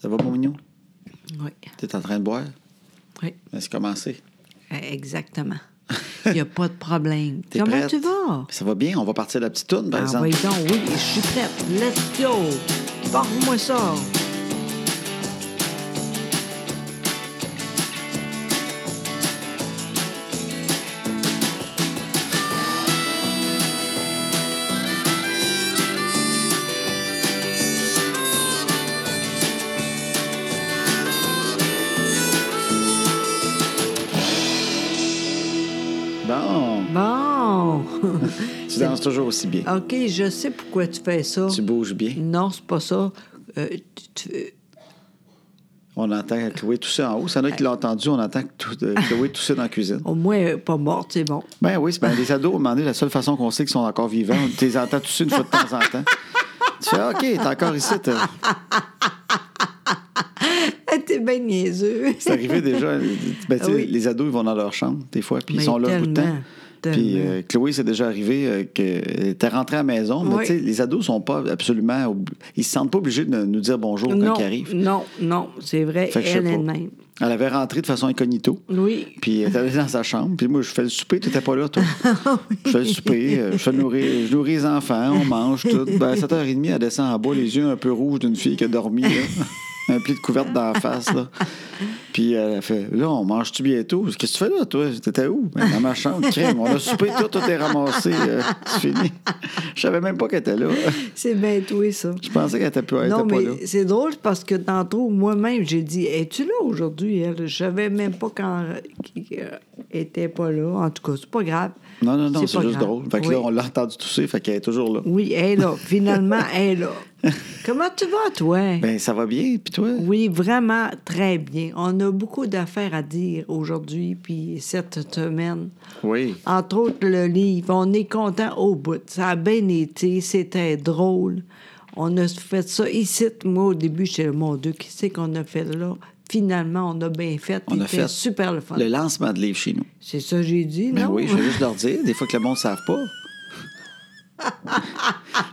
Ça va, mon mignon? Oui, Tu es en train de boire? oui, Mais c'est commencé. Euh, exactement. Il n'y a pas de problème. T'es Comment prête? tu vas? Ça va bien? On va partir de la petite toune, par Ah, exemple. oui, donc, oui, je suis prête. Let's go! Parle-moi ça! Bon, Bon! tu danses toujours aussi bien. OK, je sais pourquoi tu fais ça. Tu bouges bien. Non, c'est pas ça. Euh, tu- tu- On entend Chloé tousser en haut. Ça en a qui l'ont entendu. On entend tout- euh, Chloé tousser dans la cuisine. au moins, elle est pas morte, c'est bon. Ben oui, c'est ben, les ados, à un moment donné, la seule façon qu'on sait qu'ils sont encore vivants, on les entend tousser une fois de temps en temps. Tu fais, OK, t'es encore ici. t'as- Ah, T'es bien niaiseux. C'est arrivé déjà. Ben, tu sais, Oui. Les ados, ils vont dans leur chambre, des fois, puis ils Mais sont là un bout de temps. tellement, Puis tellement. euh, Chloé, c'est déjà arrivé euh, que t'es rentrée à la maison, mais Oui. tu sais, les ados sont pas absolument. ob- Ils se sentent pas obligés de nous dire bonjour non, quand ils arrivent. non, non, c'est vrai, Fait que je sais elle pas. elle-même. Elle avait rentré de façon incognito. Oui, Puis elle était allée dans sa chambre. Puis moi, je fais le souper, t'étais pas là, toi. Ah Je fais le souper, euh, je, fais nourrir, je nourris les enfants, on mange tout. Ben, à 7h30, elle descend en bas, les yeux un peu rouges d'une fille qui a dormi, là. un pli de couverte dans la face. Là. Puis elle a fait Là, on mange-tu bientôt Qu'est-ce que tu fais là, toi T'étais où Ben, Dans ma chambre, crème. On a soupé, tout, tout est ramassé. euh, c'est fini. Je savais même pas qu'elle était là. c'est bien doué, ça. Je pensais qu'elle était, plus- elle Non, était pas là. mais c'est drôle parce que tantôt, moi-même, j'ai dit Es-tu là aujourd'hui elle? Je savais même pas quand qu'elle était pas là. En tout cas, c'est pas grave. Non, non, non, c'est pas juste grave. drôle. Fait que oui. là, on l'a entendu tousser, fait qu'elle est toujours là. Oui, elle est là. Finalement, elle est là. Comment tu vas, toi Ben, ça va bien, puis toi Oui, vraiment très bien. On a beaucoup d'affaires à dire aujourd'hui, puis cette semaine. Oui. Entre autres, le livre. On est content au bout. Ça a bien été. C'était drôle. On a fait ça ici. Moi, au début, j'étais, mon Dieu, qui c'est qu'on a fait là? Finalement, on a bien fait. On a C'était fait super le fun. Le lancement de livre chez nous. C'est ça que j'ai dit, Ben non? oui, je vais juste leur dire, des fois que le monde ne savent pas.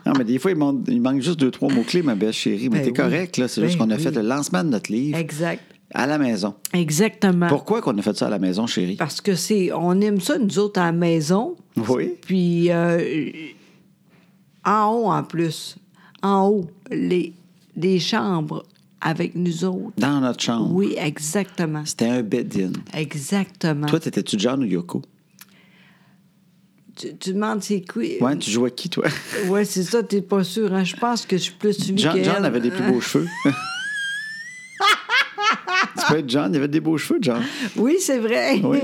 non, mais des fois, il, manque- il manque juste deux, trois mots-clés, ma belle chérie. Mais Ben t'es oui. correct, là. C'est juste Ben qu'on a oui. fait le lancement de notre livre Exact. à la maison. Exactement. Pourquoi qu'on a fait ça à la maison, chérie? Parce que c'est... On aime ça, nous autres, à la maison. Oui. Puis, euh, en haut, en plus. En haut, les, les chambres avec nous autres. Dans notre chambre. Oui, exactement. C'était un bed-in. Exactement. Toi, t'étais-tu John ou Yoko? tu, tu demandes c'est quoi? Ouais, tu jouais qui, toi? Ouais, c'est ça, t'es pas sûr. hein. Je pense que je suis plus suivi John, qu'elle. John avait des plus beaux cheveux. tu peux être John, il avait des beaux cheveux, John. Oui, c'est vrai. Oui.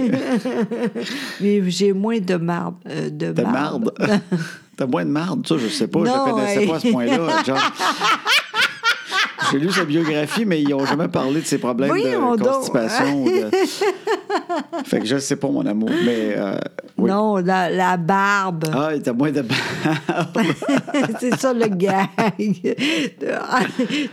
Mais j'ai moins de marbre. euh, de T'as marbre. marde. T'as moins de marde, ça, je sais pas. Non, je le connaissais hey. pas à ce point-là, John. J'ai lu sa biographie, mais ils n'ont jamais parlé de ses problèmes Voyons de donc. constipation. ou de- Fait que je sais pas, mon amour, mais euh, oui. Non, la, la barbe. Ah, t'as moins de barbe. Ah. c'est ça le gag.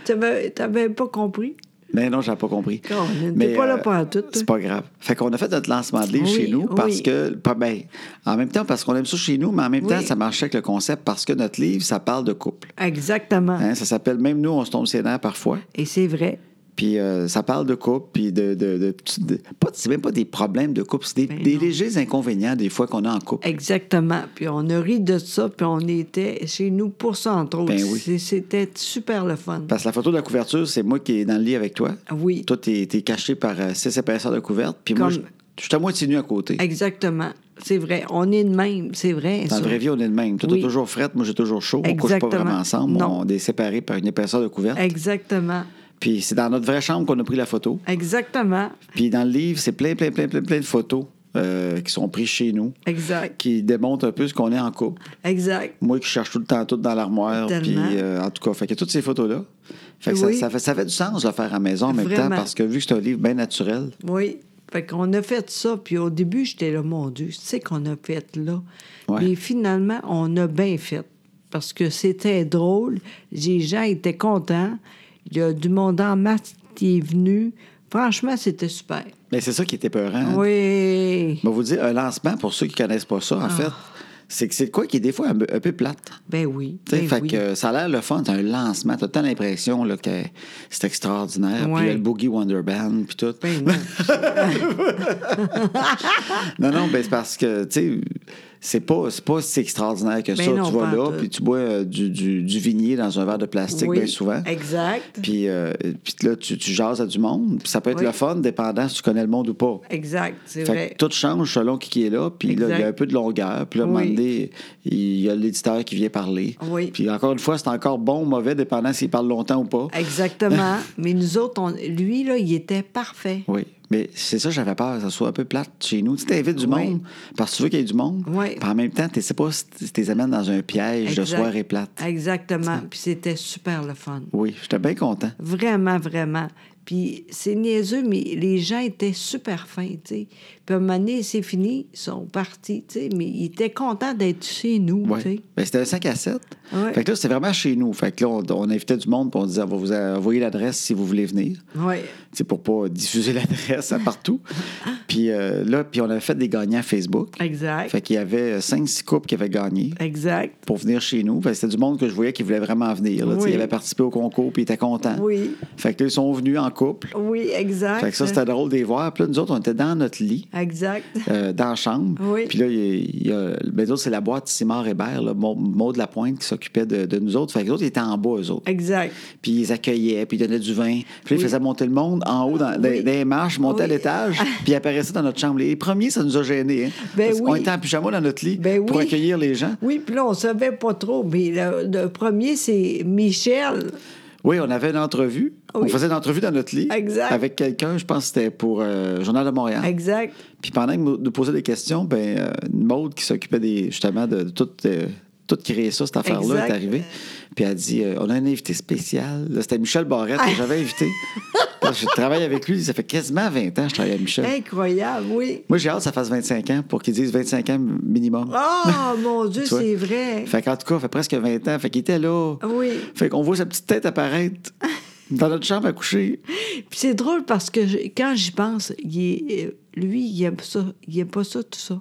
T'avais t'avais pas compris? Mais non, j'ai pas compris. Colin, t'es Mais, euh, pas là pour tout, toi. C'est pas grave. Fait qu'on a fait notre lancement de livre Oui, chez nous parce oui. que, pas ben, en même temps, parce qu'on aime ça chez nous, mais en même Oui. temps, ça marchait avec le concept parce que notre livre, ça parle de couple. Exactement. Hein, ça s'appelle Même nous, on se tombe ses nerfs parfois. Et c'est vrai. Puis euh, ça parle de couple, puis de. de, de, petits- de- pas, c'est même pas des problèmes de couple, c'est des, Ben des non. légers inconvénients des fois qu'on a en couple. Exactement. Puis on a ri de ça, puis on était chez nous pour ça, entre autres. Ben oui. C'est- C'était super le fun. Parce que la photo de la couverture, c'est moi qui est dans le lit avec toi. Oui. Toi, t'es, t'es caché par euh, six épaisseurs de couverte, puis moi, je, Comme- je suis à moitié nu à côté. Exactement. C'est vrai. On est de même. C'est vrai. Dans ça. la vraie vie, on est le même. Toi, Oui. t'as toujours fret, moi, j'ai toujours chaud. On couche pas Exactement. vraiment ensemble. Non. On est séparés par une épaisseur de couverte. Exactement. Puis c'est dans notre vraie chambre qu'on a pris la photo. Exactement. Puis dans le livre, c'est plein, plein, plein, plein, plein de photos euh, qui sont prises chez nous, Exact. qui démontrent un peu ce qu'on est en couple. Exact. Moi qui cherche tout le temps tout dans l'armoire. Tellement. Puis, euh, en tout cas, fait que toutes ces photos-là, fait que ça- Oui. ça, fait, ça fait du sens de le faire à la maison en même temps Vraiment. parce que vu que c'est un livre bien naturel, Oui. Fait qu'on a fait ça, puis au début, j'étais là, mon Dieu, c'est qu'on a fait là. Ouais. Mais finalement, on a bien fait. Parce que c'était drôle. Les gens étaient contents. Il y a du monde en masse qui est venu. Franchement, c'était super. mais c'est ça qui était peurant. Oui. Ah. Je vais vous dire, un lancement, pour ceux qui ne connaissent pas ça, en fait, c'est que c'est de quoi qui est des fois un, peu- un peu plate. Ben oui. Tu sais, ben fait oui. que ça a l'air le fun, c'est un lancement. T'as tant l'impression là, que c'est extraordinaire. Puis il y a Ouais. le Boogie Wonder Band, puis tout. Ben non. Non, non, ben c'est parce que, tu sais, c'est pas, c'est pas si extraordinaire que ça. Ben non, tu vas pas en là, tout. puis tu bois euh, du, du, du vignier dans un verre de plastique Oui, bien souvent. Exact. Puis, euh, puis là, tu, tu jases à du monde. Puis ça peut être Oui. le fun, dépendant si tu connais le monde ou pas. Exact, c'est Fait que vrai. tout change selon qui qui est là. Puis là, il y Exact. a un peu de longueur. Puis là, à un Oui. moment donné, il y a l'éditeur qui vient parler. Oui. Puis encore une fois, c'est encore bon ou mauvais, dépendant s'il parle longtemps ou pas. Exactement. Mais nous autres, on- lui, là, il était parfait. Oui. Mais c'est ça, j'avais peur que ça soit un peu plate chez nous. Tu t'invites du Oui. monde parce que tu veux qu'il y ait du monde. Oui. Puis en même temps, tu sais pas si tu les amènes dans un piège de Exact. soirée plate. Exactement. Puis c'était super le fun. Oui, j'étais bien content. Vraiment, vraiment. Puis c'est niaiseux, mais les gens étaient super fins, tu sais. Puis à un moment donné, c'est fini, ils sont partis, tu sais. Mais ils étaient contents d'être chez nous, tu sais. Oui. Ben, c'était un 5 à 7. Ouais. Fait que là, c'était vraiment chez nous. Fait que là, on, on invitait du monde, puis on disait, on va vous envoyer l'adresse si vous voulez venir. Oui. c'est pour pas diffuser l'adresse à partout. puis euh, là, puis on avait fait des gagnants Facebook. Exact. Fait qu'il y avait 5-6 couples qui avaient gagné Exact. pour venir chez nous. Fait que c'était du monde que je voyais qui voulait vraiment venir. là. Tu sais, Oui. Ils avaient participé au concours puis ils étaient contents. Oui. Fait que là, ils sont venus en couple. Oui, exact. Hein? Fait que ça, c'était drôle de les voir. Puis là, nous autres, on était dans notre lit. Exact. euh, dans la chambre. Oui. Puis là, il y a- il y a, ben, nous autres, c'est la boîte Simard Hébert, là, Mau- Maude Lapointe qui s'occupait de, de nous autres. Fait que les autres, ils étaient en bas, eux autres. Exact. Puis ils accueillaient, puis ils donnaient du vin. Puis là, ils Oui. faisaient monter le monde en haut dans, dans- Oui. dans les marches, montaient à Oui. l'étage, puis ils apparaissaient dans notre chambre. Les premiers, ça nous a gênés. Hein, Ben parce oui. qu'on était en pyjama dans notre lit Ben pour oui. accueillir les gens. Oui, puis là, on savait pas trop, mais le, le premier, c'est Michel. Oui, on avait une entrevue. On Oui. faisait une entrevue dans notre lit Exact. avec quelqu'un, je pense que c'était pour euh, Journal de Montréal. Exact. Puis pendant qu'il nous posait des questions, ben, euh, Maude qui s'occupait des, justement de, de tout, euh, tout créer ça, cette affaire-là, est Exact. arrivée. Puis elle a dit euh, On a un invité spécial. Là, C'était Michel Barrette que j'avais invité. Là, je travaille avec lui, ça fait quasiment 20 ans que je travaille avec Michel. Incroyable, oui. Moi, j'ai hâte que ça fasse 25 ans pour qu'ils disent 25 ans minimum. Oh, mon Dieu, Tu vois? c'est vrai. Fait qu'en tout cas, ça fait presque 20 ans. Fait qu'il était là. Oui. Fait qu'on voit sa petite tête apparaître dans notre chambre à coucher. Puis c'est drôle parce que je- quand j'y pense, il est- euh, lui, il aime ça. Il aime pas ça, tout ça.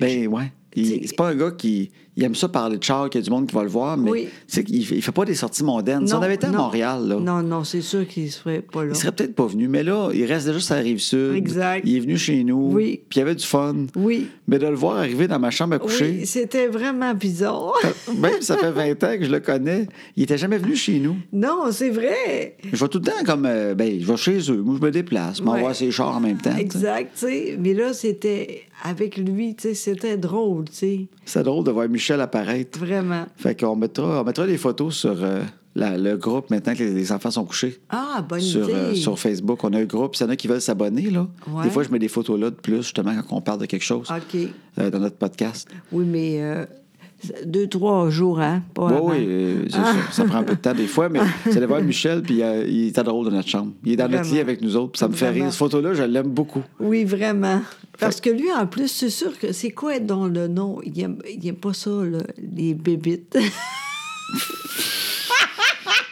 Ben ouais. Il- Tu- C'est pas un gars qui il aime ça parler de char, qu'il y a du monde qui va le voir, mais Oui. c'est qu'il il fait pas des sorties mondaines. si Non, on avait été à non. Montréal, là, Non, non, c'est sûr qu'il serait pas là. il serait peut-être pas venu. Mais là, il reste déjà sur la rive sud. Exact. Il est venu chez nous. Oui. Puis il avait du fun. Oui. Mais de le voir arriver dans ma chambre à coucher, Oui, c'était vraiment bizarre. même si ça fait 20 ans que je le connais, il était jamais venu chez nous. non, c'est vrai. Je vais tout le temps comme euh, ben, je vais chez eux. Moi, je me déplace. M'envoie Ouais. ses chars en même temps. tu sais. Exact, tu sais. Mais là, c'était avec lui, tu sais, c'était drôle, tu sais. C'est drôle de voir Michel apparaître. Vraiment. Fait qu'on mettra, on mettra des photos sur euh, la- le groupe maintenant que les- les enfants sont couchés. Ah, bonne sur, idée. euh, sur Facebook. On a un groupe. S'il y en a qui veulent s'abonner, là, Ouais. des fois, je mets des photos là de plus, justement, quand on parle de quelque chose OK. euh, dans notre podcast. Oui, mais euh, deux, trois jours, hein? Pas Oui, avant. oui, euh, c'est ça, ça prend un peu de temps des fois, mais vous allez voir Michel, puis euh, il est drôle dans notre chambre. Il est dans notre Vraiment. lit avec nous autres, puis ça me fait Vraiment. rire. Cette photo-là, je l'aime beaucoup. Oui, vraiment. Parce que lui, en plus, c'est sûr que c'est quoi dans le nom? Il aime, il aime pas ça, là, les bébites.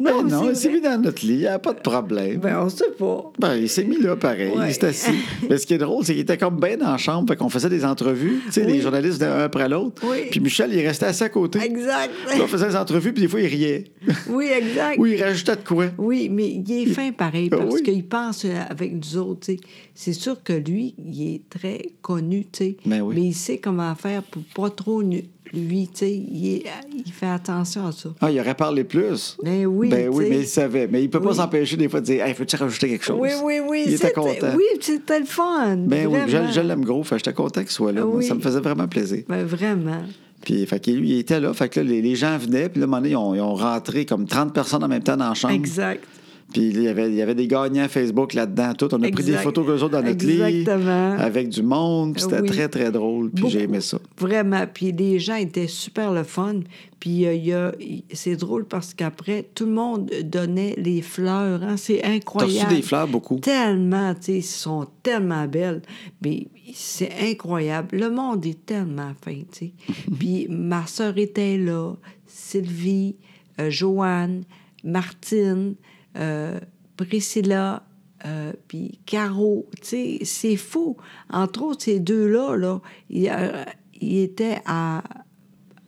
non, Ben non, il c'est s'est vrai. mis dans notre lit, il n'y a pas de problème. Ben, on sait pas. Ben, il s'est mis là, pareil. Ouais. Il s'est assis. Mais ce qui est drôle, c'est qu'il était comme bien dans la chambre, fait qu'on faisait des entrevues. Tu sais, Oui. les journalistes d'un après l'autre. Oui. Puis Michel, il restait assis à côté. Exact. Puis on faisait des entrevues, puis des fois, il riait. oui, exact. Ou il rajoutait de quoi. Oui, mais il est fin pareil Ah parce oui. qu'il pense euh, avec nous autres. tu sais. C'est sûr que lui, il est très connu, tu sais. Ben oui. mais il sait comment faire pour pas trop nu- lui, tu sais. Il, est- il fait attention à ça. Ah, il aurait parlé plus. Ben oui, Ben oui, tu sais. mais il savait. Mais il peut pas Oui. s'empêcher des fois de dire Hey, veux-tu rajouter quelque chose? Oui, oui, oui. Il était c'était- content. Oui, c'était le fun. Ben oui, vraiment. je, je l'aime gros. Fait que j'étais content qu'il soit là. Ah Moi, oui. Ça me faisait vraiment plaisir. Ben, vraiment. Puis, fait que lui, il était là. Fait que là, les, les gens venaient. Puis là, à un moment donné, ils ont, ils ont rentré comme 30 personnes en même temps dans la chambre. Exact. Puis il y avait, il y avait des gagnants Facebook là-dedans. Tout. On a pris Exact. des photos qu'eux autres dans notre lit. Exactement. Avec du monde. Puis c'était Oui. très, très drôle. Puis j'ai Beaucoup. aimé ça. Vraiment. Puis les gens étaient super le fun. Puis euh, il y a- il- c'est drôle parce qu'après, tout le monde donnait les fleurs. hein. C'est T'as reçu incroyable. des fleurs beaucoup. Tellement, tu sais, ils sont tellement belles. Mais c'est incroyable. Le monde est tellement fin, tu sais. Puis ma sœur était là, Sylvie, euh, Joanne, Martine, euh, Priscilla, euh, puis Caro, tu sais, c'est fou. Entre autres, ces deux-là, là, ils, euh, ils étaient à,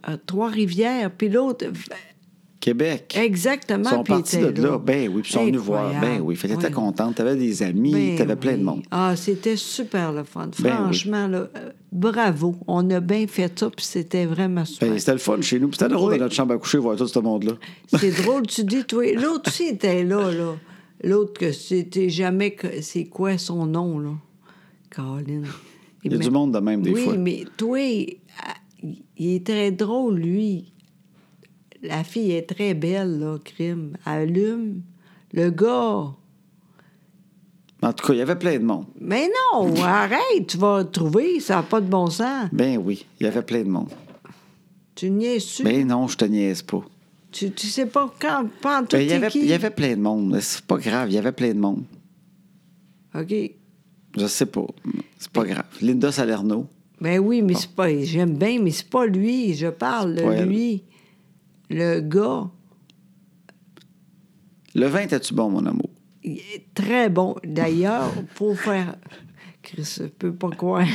à Trois-Rivières, puis l'autre... Québec. Exactement. Ils sont puis ils partis de étaient là. Ben oui, puis ils sont venus voir. Incroyable. Ben oui, fait que t'étais Oui. contente. T'avais des amis, Ben t'avais plein de oui. monde. Ah, c'était super le fun. Ben oui. Franchement, là, euh, bravo. On a bien fait ça, puis c'était vraiment super. Ben, c'était le fun chez nous. Puis c'était drôle Oui. dans notre chambre à coucher voir tout ce monde-là. C'est drôle, tu dis, toi. L'autre aussi était là, là. L'autre que c'était jamais. que- C'est quoi son nom, là? Colin. Il y a du monde de même, des oui, fois. mais toi, ah, il il est très drôle, lui. La fille est très belle, là, crime. Allume. Le gars. En tout cas, il y avait plein de monde. Mais non, arrête, tu vas le trouver, ça n'a pas de bon sens. Ben oui, il y avait plein de monde. Tu niaises-tu? Ben non, je te niaise pas. Tu, tu sais pas quand, pas en tout Ben, il, y t'es avait, qui? il y avait plein de monde. mais C'est pas grave, il y avait plein de monde. OK. Je sais pas. C'est pas grave. Linda Salerno. Ben oui, mais c'est pas... J'aime bien, mais c'est pas lui. Je parle C'est pas de elle. lui. Le gars, Le vin était-tu bon, mon amour? il est très bon. D'ailleurs, pour faire... Chris, je peux pas croire.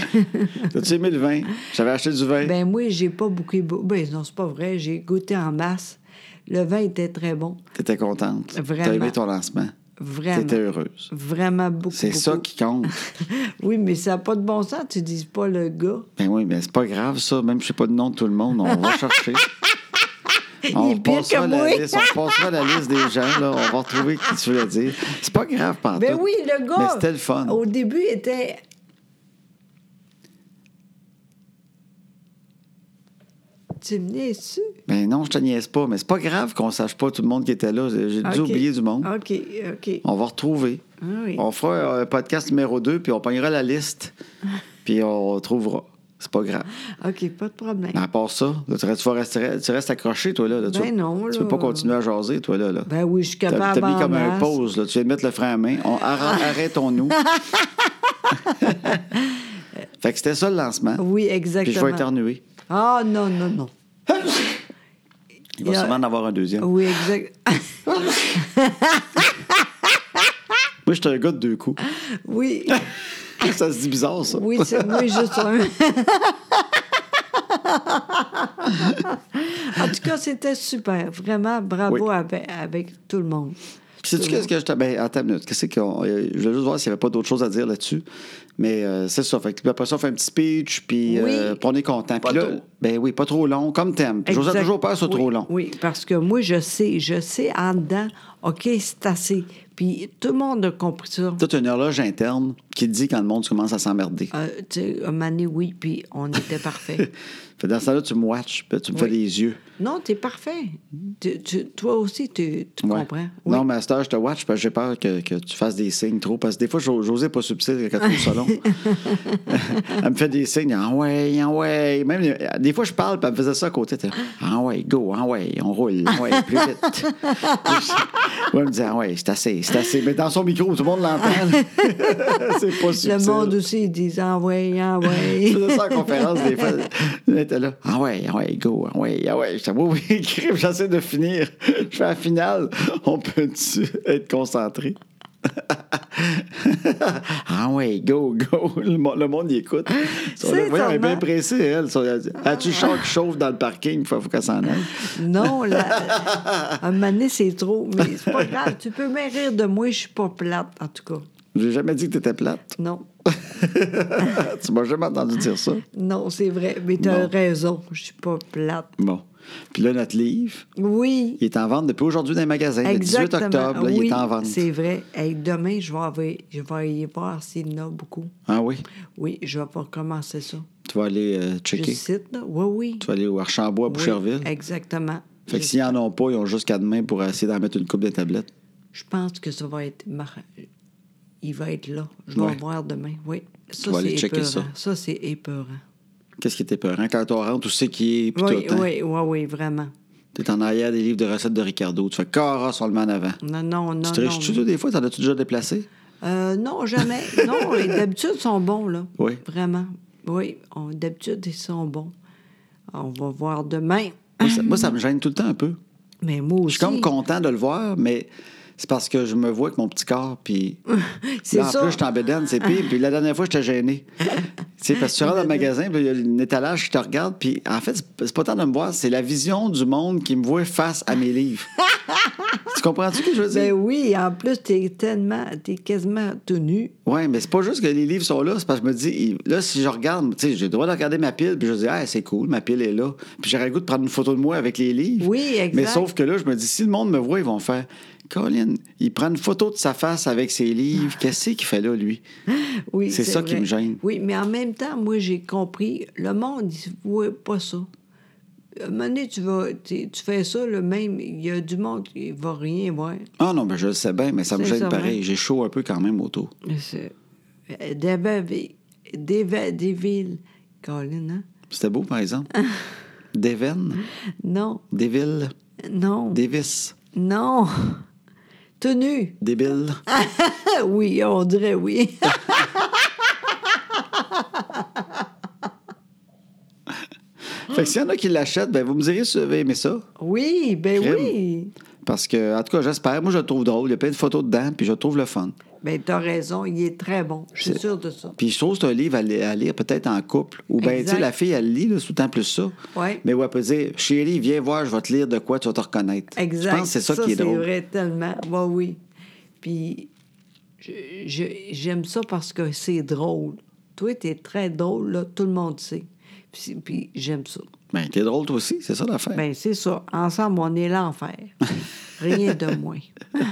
T'as-tu aimé le vin? J'avais acheté du vin. ben moi, j'ai pas beaucoup... Ben non, c'est pas vrai. J'ai goûté en masse. Le vin était très bon. T'étais contente. Vraiment. T'as aimé ton lancement. Vraiment. T'étais heureuse. Vraiment beaucoup. C'est ça beaucoup. qui compte. Oui, mais ça n'a pas de bon sens. Tu dis pas le gars. Ben oui, mais c'est pas grave, ça. Même je sais pas le nom de tout le monde, on va chercher. Il est pire repassera que la moi. liste, on repassera la liste des gens, là. On va retrouver qui tu veux dire. C'est pas grave, par Ben oui, Oh. le gars. Mais c'était le fun. Au début, il était. Tu me niaises-tu? Ben non, je te niaise pas, mais c'est pas grave qu'on sache pas tout le monde qui était là. J'ai dû Ok. oublier du monde. OK, OK. On va retrouver. Ah oui. On fera un podcast numéro 2, puis on pognera la liste, puis on trouvera. C'est pas grave. OK, pas de problème. Mais à part ça, là, tu, restes, tu vas rester- tu restes accroché, toi, là. là, tu, Ben non, tu là. peux pas continuer à jaser, toi, là. là. Ben oui, je suis T'as capable. t'as mis en comme un masse. pause, là. Tu viens de mettre le frein à main. On, arr- Ah. arrêtons-nous. fait que c'était ça le lancement. Oui, Puis exactement. je vais éternuer. Ah, non, non, non. Il va Il y a- sûrement en avoir un deuxième. Oui, exact. Moi, j'étais un gars de deux coups. oui, ça se dit bizarre, ça. oui, c'est moi, juste un. en tout cas, c'était super. Vraiment, bravo Oui. avec, avec tout le monde. Puis sais-tu qu'est-ce que je t'ai. Ben, attends une minute. Qu'est-ce qu'on. euh, Je voulais juste voir s'il n'y avait pas d'autres choses à dire là-dessus. Mais euh, c'est ça. Fait que après ça, on fait un petit speech, puis, Oui. euh, puis on est content. Pas Puis là, trop. ben oui, pas trop long, comme thème. Puis J'osais Exact. toujours peur, c'est Oui, trop long. Oui, parce que moi, je sais, je sais en dedans, OK, c'est assez. Puis tout le monde a compris ça. Toute une horloge interne qui dit quand le monde commence à s'emmerder. Euh, tu sais, un moment donné, oui, puis on était parfait. Fait que dans ce temps-là, tu me watches, puis tu me fais Oui. des yeux. non, t'es parfait. Tu- tu- toi aussi, tu, tu Ouais. comprends. Oui. Non, mais à cette heure, je te watch parce que j'ai peur que, que tu fasses des signes trop. Parce que des fois, j'o- j'osais pas subtil quand tu salon. elle me fait des signes. Ah ouais, ah ouais. Même euh, des fois, je parle, puis elle me faisait ça à côté. t'es, Ah ouais, go, ah ouais, on roule, ah ouais, plus vite. ouais, elle me disait, ah ouais, c'est assez, c'est assez. Mais dans son micro, tout le monde l'entend. là. c'est pas subtil. Le monde aussi, ils disent ah ouais, ah ouais. Je faisais ça en conférence des fois. Elle était là. Ah ouais, ah ouais, go, ah ouais, ah ouais. J'étais oui, oui, crime, j'essaie de finir. Je fais la finale. On peut-tu être concentré? ah ouais, go, go. Le, mo- le monde y écoute. Sur le- C'est Ah. Voyons, elle est bien étonnant. pressée, elle. Sur- As-tu le char qui chauffe dans le parking? Il faut, faut qu'elle s'en aille. non, là, un moment donné, c'est trop. Mais c'est pas grave. Tu peux même rire de moi, je suis pas plate, en tout cas. J'ai jamais dit que t'étais plate. Ben, Non, tu m'as jamais entendu dire ça. non, c'est vrai. Mais t'as Bon. raison, je suis pas plate. Bon. Puis là, notre livre, Oui. il est en vente depuis aujourd'hui dans les magasins. Exactement. Le 18 octobre, là, oui, il est en vente. C'est vrai. Hey, demain, je vais, avoir- je vais y voir s'il y en a beaucoup. Ah oui? Oui, je vais pas commencer ça. Tu vas aller euh, Je checker. cite, là. Oui, oui. Tu vas aller au Archambault à Boucherville. Oui, exactement. Fait que Je- s'ils n'en ont pas, ils ont jusqu'à demain pour essayer d'en mettre une coupe de tablettes. Je pense que ça va être. mar- Il va être là. Je vais Ouais. le voir demain. Oui. Ça, vas aller c'est checker épeurant. ça. Ça, c'est épeurant. Qu'est-ce qui était peur? Hein? Quand on rentre, tu sais qui est, puis Oui, tout. hein? oui, oui, oui, vraiment. T'es en arrière des livres de recettes de Ricardo. Tu fais cara seulement en avant. Non, non, non. tu te riches-tu, non. toi, des fois? T'en as-tu déjà déplacé? Euh, non, jamais. non, et d'habitude, ils sont bons, là. Oui. Vraiment. Oui, on- d'habitude, ils sont bons. On va voir demain. Moi ça, moi, ça me gêne tout le temps un peu. Mais moi Je aussi. suis comme content de le voir, mais C'est parce que je me vois avec mon petit corps, puis. C'est Là, En ça. plus, je suis en bédaine, c'est pire. Puis la dernière fois, j'étais gêné. tu sais, parce que tu rentres dans le magasin, puis il y a un étalage qui te regarde, puis en fait, c'est- c'est pas tant de me voir, c'est la vision du monde qui me voit face à mes livres. tu comprends-tu ce que je veux dire? Ben oui, en plus, t'es tellement, t'es quasiment tout nu. Oui, mais c'est pas juste que les livres sont là, c'est parce que je me dis, il- là, si je regarde, tu sais, j'ai le droit de regarder ma pile, puis je dis, ah, c'est cool, ma pile est là. Puis j'aurais le goût de prendre une photo de moi avec les livres. Oui, exact. Mais sauf que là, je me dis, si le monde me voit, ils vont faire, Colin, il prend une photo de sa face avec ses livres, qu'est-ce qu'il fait là, lui? Oui, C'est ça qui vrai. me gêne. Oui, mais en même temps, moi, j'ai compris, le monde, il ne voit pas ça. À un moment donné, tu, vas, tu, tu fais ça, le même, il y a du monde qui ne va rien voir. Ah non, ben je le sais bien, mais ça me C'est gêne ça, pareil. ouais. J'ai chaud un peu quand même autour. C'est- euh, Des, villes- des, vi- des villes, Colin, hein? C'était beau, par exemple. Deven, Non, Deville, non, Davis, non. Tenue. Débile. Ah oui, on dirait oui. Fait que s'il y en a qui l'achètent, ben vous me direz si vous avez aimé ça. oui, ben Crime. oui. Parce que, en tout cas, j'espère. Moi, je le trouve drôle. Il y a plein de photos dedans, puis je le trouve le fun. Ben, t'as raison, il est très bon. Je suis sûre de ça. Puis je trouve que c'est un livre à, li- à lire peut-être en couple. Ou bien, tu Exact. sais, la fille, elle lit là, sous le temps plus ça. Ouais. Mais ouais, elle peut dire Chérie, viens voir, je vais te lire de quoi tu vas te reconnaître. Exact. Je pense que c'est ça, qui est drôle. C'est vrai tellement. Bah oui. Puis je- je- j'aime ça parce que c'est drôle. Toi, t'es très drôle, là, tout le monde sait. Puis, c'est- puis j'aime ça. Ben, t'es drôle toi aussi, c'est ça l'affaire. Ben c'est ça. Ensemble, on est l'enfer. Rien de moins.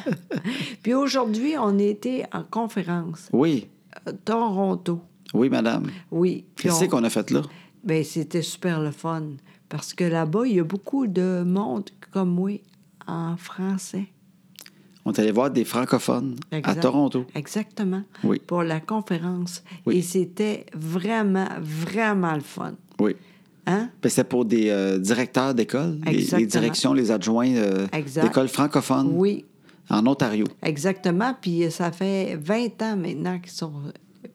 puis aujourd'hui, on était en conférence Oui, à Toronto. oui, madame. Oui. Puis Qu'est-ce on- qu'on a fait là? ben, c'était super le fun. Parce que là-bas, il y a beaucoup de monde comme moi en français. On est allé voir des francophones à Exact. Toronto. Exactement. Oui. Pour la conférence. Oui. Et c'était vraiment, vraiment le fun. Oui. Hein? Ben, C'était pour des euh, directeurs d'école, les- les, Exactement. directions, les adjoints euh, Exact. d'écoles francophones Oui, en Ontario. exactement. Puis euh, ça fait 20 ans maintenant qu'ils sont.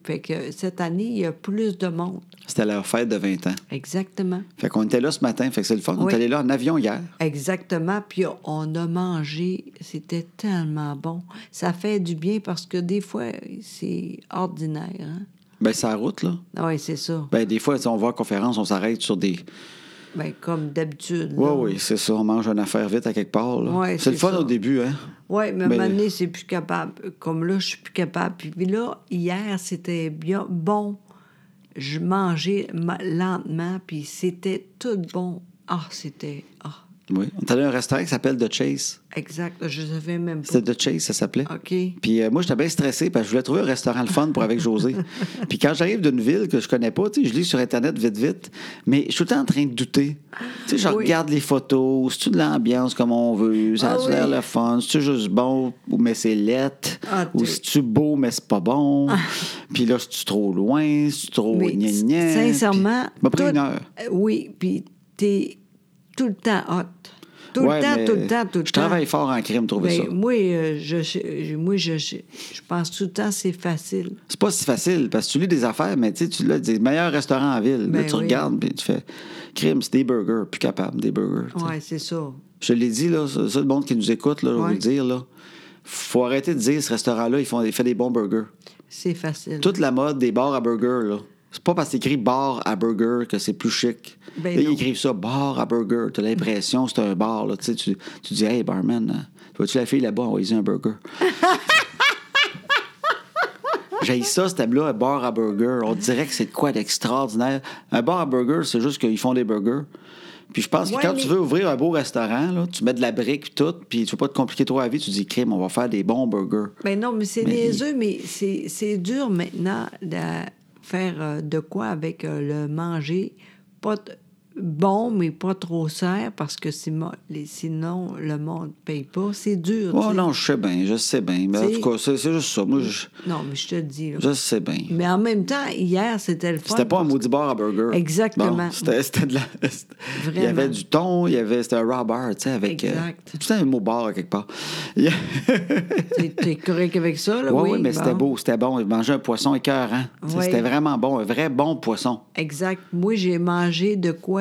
Fait que cette année, il y a plus de monde. C'était leur fête de 20 ans. Exactement. Fait qu'on était là ce matin, fait que c'est le fun. On Oui. est allé là en avion hier. Exactement. Puis on a mangé. C'était tellement bon. Ça fait du bien parce que des fois, c'est ordinaire. Hein? Ben, c'est la route, là. Oui, c'est ça. Ben, des fois, tu sais, on va en conférence, on s'arrête sur des. Ben, comme d'habitude. Oui, oui, c'est ça. On mange une affaire vite à quelque part. là. Ouais, c'est le c'est fun ça. au début, hein? Oui, mais à un Mais- moment donné, c'est plus capable. Comme là, je suis plus capable. Puis là, hier, c'était bien bon. Je mangeais ma- lentement, puis c'était tout bon. Ah, c'était... Ah, Oui. On est allé à un restaurant qui s'appelle The Chase. exact. Je savais même pas. C'était The Chase, ça s'appelait. OK. Puis euh, moi, j'étais bien stressé parce que je voulais trouver un restaurant le fun pour avec José. Puis quand j'arrive d'une ville que je connais pas, tu sais, je lis sur Internet vite, vite, mais je suis tout le temps en train de douter. Tu sais, je Oui. regarde les photos, c'est-tu de l'ambiance comme on veut, ça Ah a-tu l'air oui. le fun, c'est-tu juste bon, ou mais c'est lettre, Ah, ou t'es- c'est-tu beau, mais c'est pas bon. Puis là, c'est-tu trop loin, c'est-tu trop Mais Oh, gna gna. sincèrement... Puis, ça m'a pris tout- une heure. Euh, Oui, puis t'es tout le temps hot. Tout Ouais, le temps, mais tout le temps, tout le temps. Je travaille fort en crime, trouver Ben, ça. moi, euh, je, je- moi je, je, je pense tout le temps c'est facile. C'est pas si facile parce que tu lis des affaires, mais tu sais, tu l'as des meilleurs restaurants en ville. Là, Ben tu oui. regardes puis tu fais crime, c'est des burgers, plus capable, des burgers. tu sais. Oui, c'est ça. Je l'ai dit, là, ça, ça, le monde qui nous écoute, là, je vais vous Ouais. le dire, là. Faut arrêter de dire ce restaurant-là, ils font il fait des bons burgers. C'est facile. Toute la mode des bars à burgers, là. C'est pas parce que c'est écrit bar à burger que c'est plus chic. Ben là, non. ils écrivent ça, bar à burger. T'as l'impression que c'est un bar, là. Tu, sais, tu, tu dis, hey, barman, hein, vois-tu la fille là-bas, envoyer un burger? J'ai ça, ce table-là, un bar à burger. On dirait que c'est de quoi d'extraordinaire. Un bar à burger, c'est juste qu'ils font des burgers. Puis je pense que Ouais, quand mais- tu veux ouvrir un beau restaurant, là, tu mets de la brique puis tout, puis tu veux pas te compliquer trop la vie, tu dis, crime, on va faire des bons burgers. Ben non, mais c'est Mais- niaiseux, mais c'est c'est dur maintenant de faire euh, de quoi avec euh, le manger. Pas t- bon, mais pas trop cher, parce que si mo- les- sinon, le monde paye pas. C'est dur. tu Oh sais. non, je sais bien, je sais bien. Mais en Tu sais- tout cas, c'est c'est juste ça. Moi, je, Non, mais je te le dis. là. je sais bien. Mais en même temps, hier, c'était le fun. C'était pas un parce- maudit bar à burger. Exactement. Non, C'était c'était de la. c'était- Il y Vraiment. avait du thon, il y avait. C'était un raw bar, tu sais, avec. euh, Exact. tout le temps un mot bar à quelque part. Il y a- T'es- T'es correct avec ça, là? Ouais, oui, ouais, mais bon. c'était beau, c'était bon. Je mangeais un poisson écœurant. Tu sais, Ouais. C'était vraiment bon, un vrai bon poisson. Exact. Moi, j'ai mangé de quoi.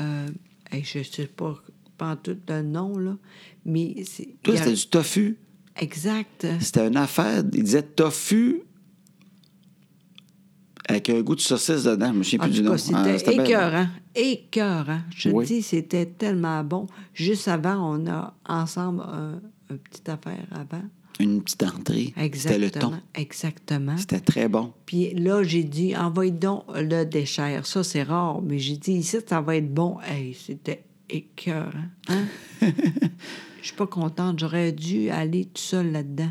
euh, hey, je sais pas, pas en tout le nom, là. Mais c'est. Toi, il y a- c'était du tofu Exact. C'était une affaire. Il disait tofu avec un goût de saucisse dedans. Je ne me souviens En plus du tout nom. cas, Ah, c'était bien- écœurant. Écœurant. Je Oui. te dis, c'était tellement bon. Juste avant, on a ensemble un, une petite affaire avant. Une petite entrée. C'était Exactement. le ton. Exactement. C'était très bon. Puis là, j'ai dit, envoie donc le déchire. Ça, c'est rare, mais j'ai dit, ici, ça va être bon. Hey, c'était écœurant. Hein? Je suis pas contente. J'aurais dû aller tout seul là-dedans.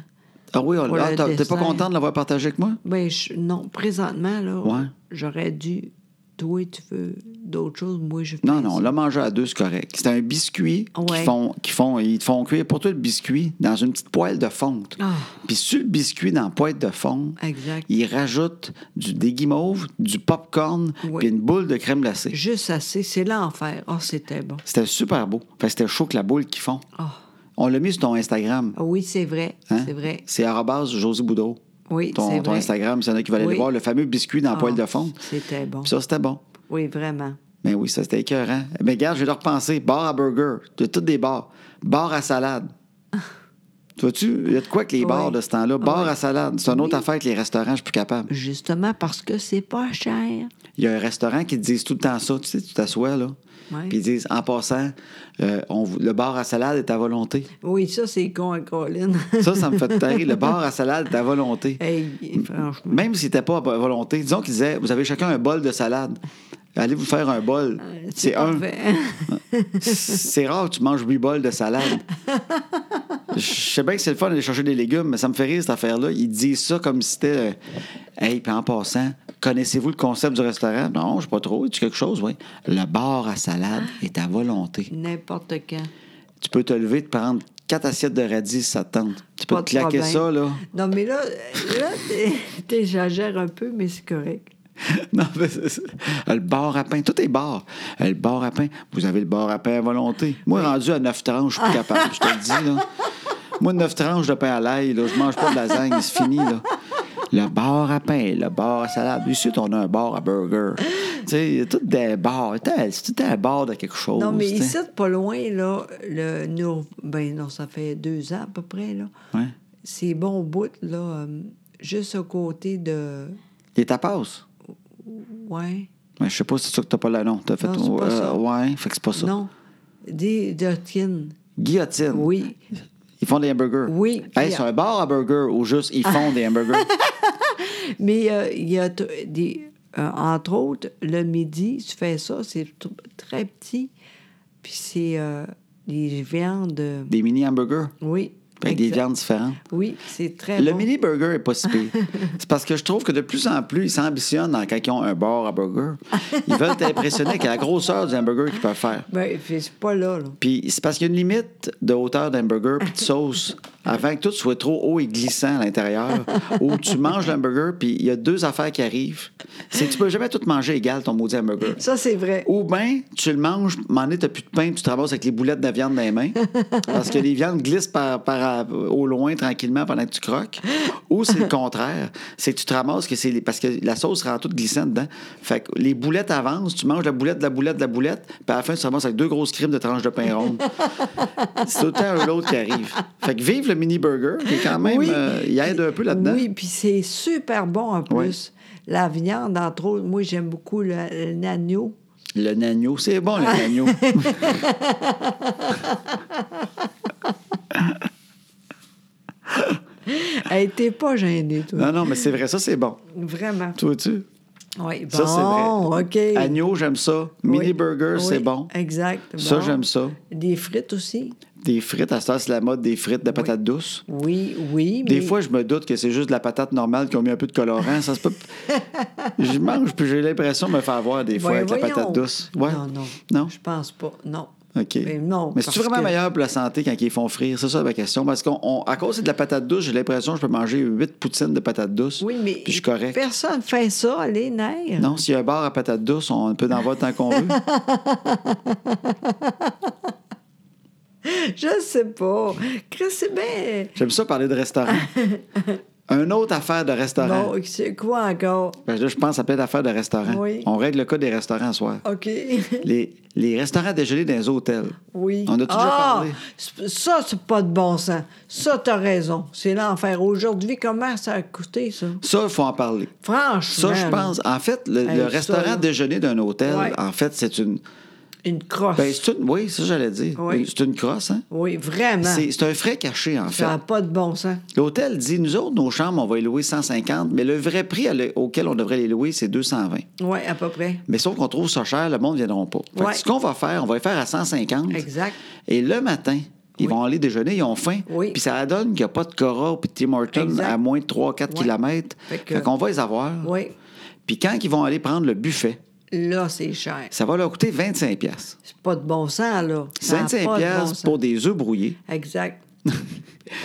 Ah oui, on- Pour ah, le t'as- t'es pas dessert. content de l'avoir partagé avec moi? Ben, je- non, présentement, là, Ouais. j'aurais dû. Toi, tu veux d'autres choses, moi, je fais Non, non, ça. on l'a mangé à deux, c'est correct. C'est un biscuit qu'ils Ouais. font, qu'ils font, ils te font cuire pour toi le biscuit dans une petite poêle de fonte. Ah. Puis sur le biscuit dans la poêle de fonte, Exact. ils rajoutent du, des guimauves, du popcorn, Oui. puis une boule de crème glacée. Juste assez, c'est l'enfer. Ah, c'était bon. C'était super beau. Fait que c'était chaud que la boule qu'ils font. Ah. On l'a mis sur ton Instagram. Ah oui, c'est vrai, hein? c'est vrai. C'est arrobase José Boudreau. Oui, c'est Ton, ton vrai. Instagram, s'il y en a qui veulent aller Oui. voir le fameux biscuit dans la Ah, poêle de fonte. C'était bon. Puis ça, c'était bon. Oui, vraiment. Mais Ben oui, ça, c'était écœurant. Mais regarde, je vais leur penser. Bar à burger. De toutes des bars. Bar à salade. tu vois-tu, il y a de quoi que les bars Ouais. de ce temps-là? Bar à salade. C'est une autre affaire que les restaurants, je suis plus capable. Justement parce que c'est pas cher. Il y a un restaurant qui te disent tout le temps ça. Tu sais, tu t'assois, là. Ouais. Puis ils disent, en passant, euh, on vous- le bar à salade est à volonté. Oui, ça, c'est con à Colin. Ça, ça me fait taire. Le bar à salade est à volonté. hey, franchement. Même si c'était pas à volonté, disons qu'ils disaient, vous avez chacun un bol de salade. Allez vous faire un bol. C'est un. Euh, parfait. C'est rare que tu manges huit bols de salade. Je sais bien que c'est le fun d'aller chercher des légumes, mais ça me fait rire cette affaire-là. Ils disent ça comme si c'était. euh, hey, puis en passant, connaissez-vous le concept du restaurant? Non, je sais pas trop. Tu quelque chose, oui. Le bar à salade est à volonté. N'importe quand. Tu peux te lever, te prendre quatre assiettes de radis si ça te tente. Tu peux Pas te de claquer problème. ça, là. Non, mais là, là t'es- t'exagères un peu, mais c'est correct. Non, mais c'est ça. Le bar à pain, tout est bar. Euh, Le bar à pain, vous avez le bar à pain à volonté. Moi, rendu à 9 tranches, je suis plus capable, je te le dis. Là. Moi, 9 tranches de pain à l'ail, là, je mange pas de lasagne, c'est fini. Là. Le bar à pain, le bar à salade. Ici, on a un bar à burger. Tu sais, il y a tout des bars. T'as- C'est tout un bar de quelque chose. Non, mais tu sais. ici, pas loin, là, le nous, ben non, ça fait deux ans à peu près, là. Ouais. C'est bon bout, là, euh, juste au côté de... Les tapas. Ouais. Mais je sais pas si c'est ça que t'as pas là. Non, t'as fait. Non, c'est pas euh, ça. ouais, fait que c'est pas ça. Non. Des Dotkin. Guillotine. Oui. Ils font des hamburgers. Oui. Hey, c'est un bar à burger ou juste ils font des hamburgers. Mais euh, il y a t- des. euh, entre autres, le midi, tu fais ça, c'est t- très petit. Puis c'est euh, des viandes. euh, des mini hamburgers Oui. avec Ben, des exact. viandes différentes. Oui, c'est très Le bon. mini burger est pas si pire. C'est parce que je trouve que de plus en plus, ils s'ambitionnent dans- quand ils ont un bar à burger. Ils veulent t'impressionner avec la grosseur du hamburger qu'ils peuvent faire. Ben, fait- c'est pas là, là. Puis c'est parce qu'il y a une limite de hauteur d'un burger puis de sauce avant que tout soit trop haut et glissant à l'intérieur. Ou tu manges l'hamburger puis il y a deux affaires qui arrivent. C'est que tu peux jamais tout manger égal ton maudit hamburger. Ça, c'est vrai. Ou bien, tu le manges, m'en est, t'as plus de pain, puis tu te ramasses avec les boulettes de viande dans les mains. parce que les viandes glissent par, par- euh, au loin tranquillement pendant que tu croques. Ou c'est le contraire. C'est que tu te ramasses que c'est les- parce que la sauce rend toute glissante dedans. Fait que les boulettes avancent, tu manges la boulette, la boulette, la boulette, puis à la fin, tu te ramasses avec deux grosses crimes de tranches de pain ronde. c'est tout le temps un ou l'autre qui arrive. Fait que vive le mini burger, qui est quand même. Oui. euh, il aide un peu là-dedans. Oui, puis c'est super bon en Oui. plus. La viande, entre autres, moi, j'aime beaucoup le- l'agneau. Le nagno, c'est bon, le nagno. Elle t'es pas gênée, toi. non, non, mais c'est vrai, ça, c'est bon. Vraiment. Tu vois-tu? Oui, bon, Ça, c'est vrai. OK. Agneau, j'aime ça. Mini Oui. burger, Oui, c'est bon. Exact. Ça, bon. j'aime ça. Des frites aussi. Des frites, à ce temps, c'est la mode des frites de patates douces. Oui, oui, mais... Des fois, je me doute que c'est juste de la patate normale qui ont mis un peu de colorant. Ça se peut. je mange, puis j'ai l'impression de me faire avoir des fois Ben, avec la voyons. patate douce. Ouais. Non, non. Non? Je pense pas. Non. OK. Mais non. Mais c'est parce vraiment que- meilleur pour la santé quand ils les font frire? C'est ça ma question. Parce qu'on, on- à cause de la patate douce, j'ai l'impression que je peux manger huit poutines de patates douces. Oui, mais. Puis je suis correct. Personne fait ça, les nerfs. Non, s'il y a un bar à patates douces, on peut en voir tant qu'on veut. Je sais pas. Chris, c'est bien. J'aime ça parler de restaurant. Une autre affaire de restaurant. Bon, c'est quoi encore? Fait que Ben, là, je pense à plein d'affaires de restaurant. Oui. On règle le cas des restaurants ce soir. OK. Les, les restaurants à déjeuner dans les hôtels. Oui. On a toujours ah, parlé. c'est- Ça, c'est pas de bon sens. Ça, t'as raison. C'est l'enfer. Aujourd'hui, comment ça a coûté, ça? Ça, il faut en parler. Franchement. Ça, je pense. En fait, le, Ben, Hey, le ça, restaurant là. déjeuner d'un hôtel, Ouais. en fait, c'est une. Une crosse. Ben, c'est une. Oui, ça, j'allais dire. Oui. C'est une crosse, hein? oui, vraiment. C'est c'est un frais caché, en fait. Ça n'a pas de bon sens. L'hôtel dit, nous autres, nos chambres, on va les louer 150, mais le vrai prix à le- auquel on devrait les louer, c'est 220. Oui, à peu près. Mais sauf qu'on trouve ça cher, le monde ne viendra pas. Fait que Ouais. Ce qu'on va faire, on va les faire à 150. Exact. Et le matin, ils vont aller déjeuner, ils ont faim. Oui. Puis ça donne qu'il n'y a pas de Cora puis Tim Hortons Exact. à moins de 3-4 Ouais. km. Fait, Fait que- qu'on va les avoir. Oui. Puis quand ils vont aller prendre le buffet, Là, c'est cher. ça va leur coûter 25 pièces. C'est pas de bon sens, là. Ça a 25 pas de bon pièces sens. pour des œufs brouillés. Exact.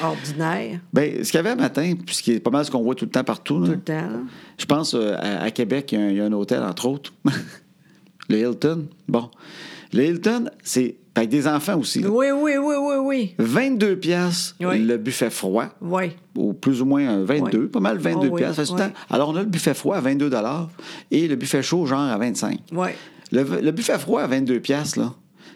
Ordinaire, Ben, ce qu'il y avait un matin, puis ce qui est pas mal ce qu'on voit tout le temps partout, là, tout le temps, là. Je pense euh, à, à Québec, il y, a un- il y a un hôtel, entre autres. le Hilton. Bon. Le Hilton, c'est avec des enfants aussi. là. Oui, oui, oui, oui, oui. 22 pièces Oui. le buffet froid, Oui. ou plus ou moins euh, 22, Oui. pas mal 22 Oh oui, pièces. Fait tout le oui. temps. Alors, on a le buffet froid à 22 et le buffet chaud, genre, à 25. Oui. Le, le buffet froid à 22 pièces là,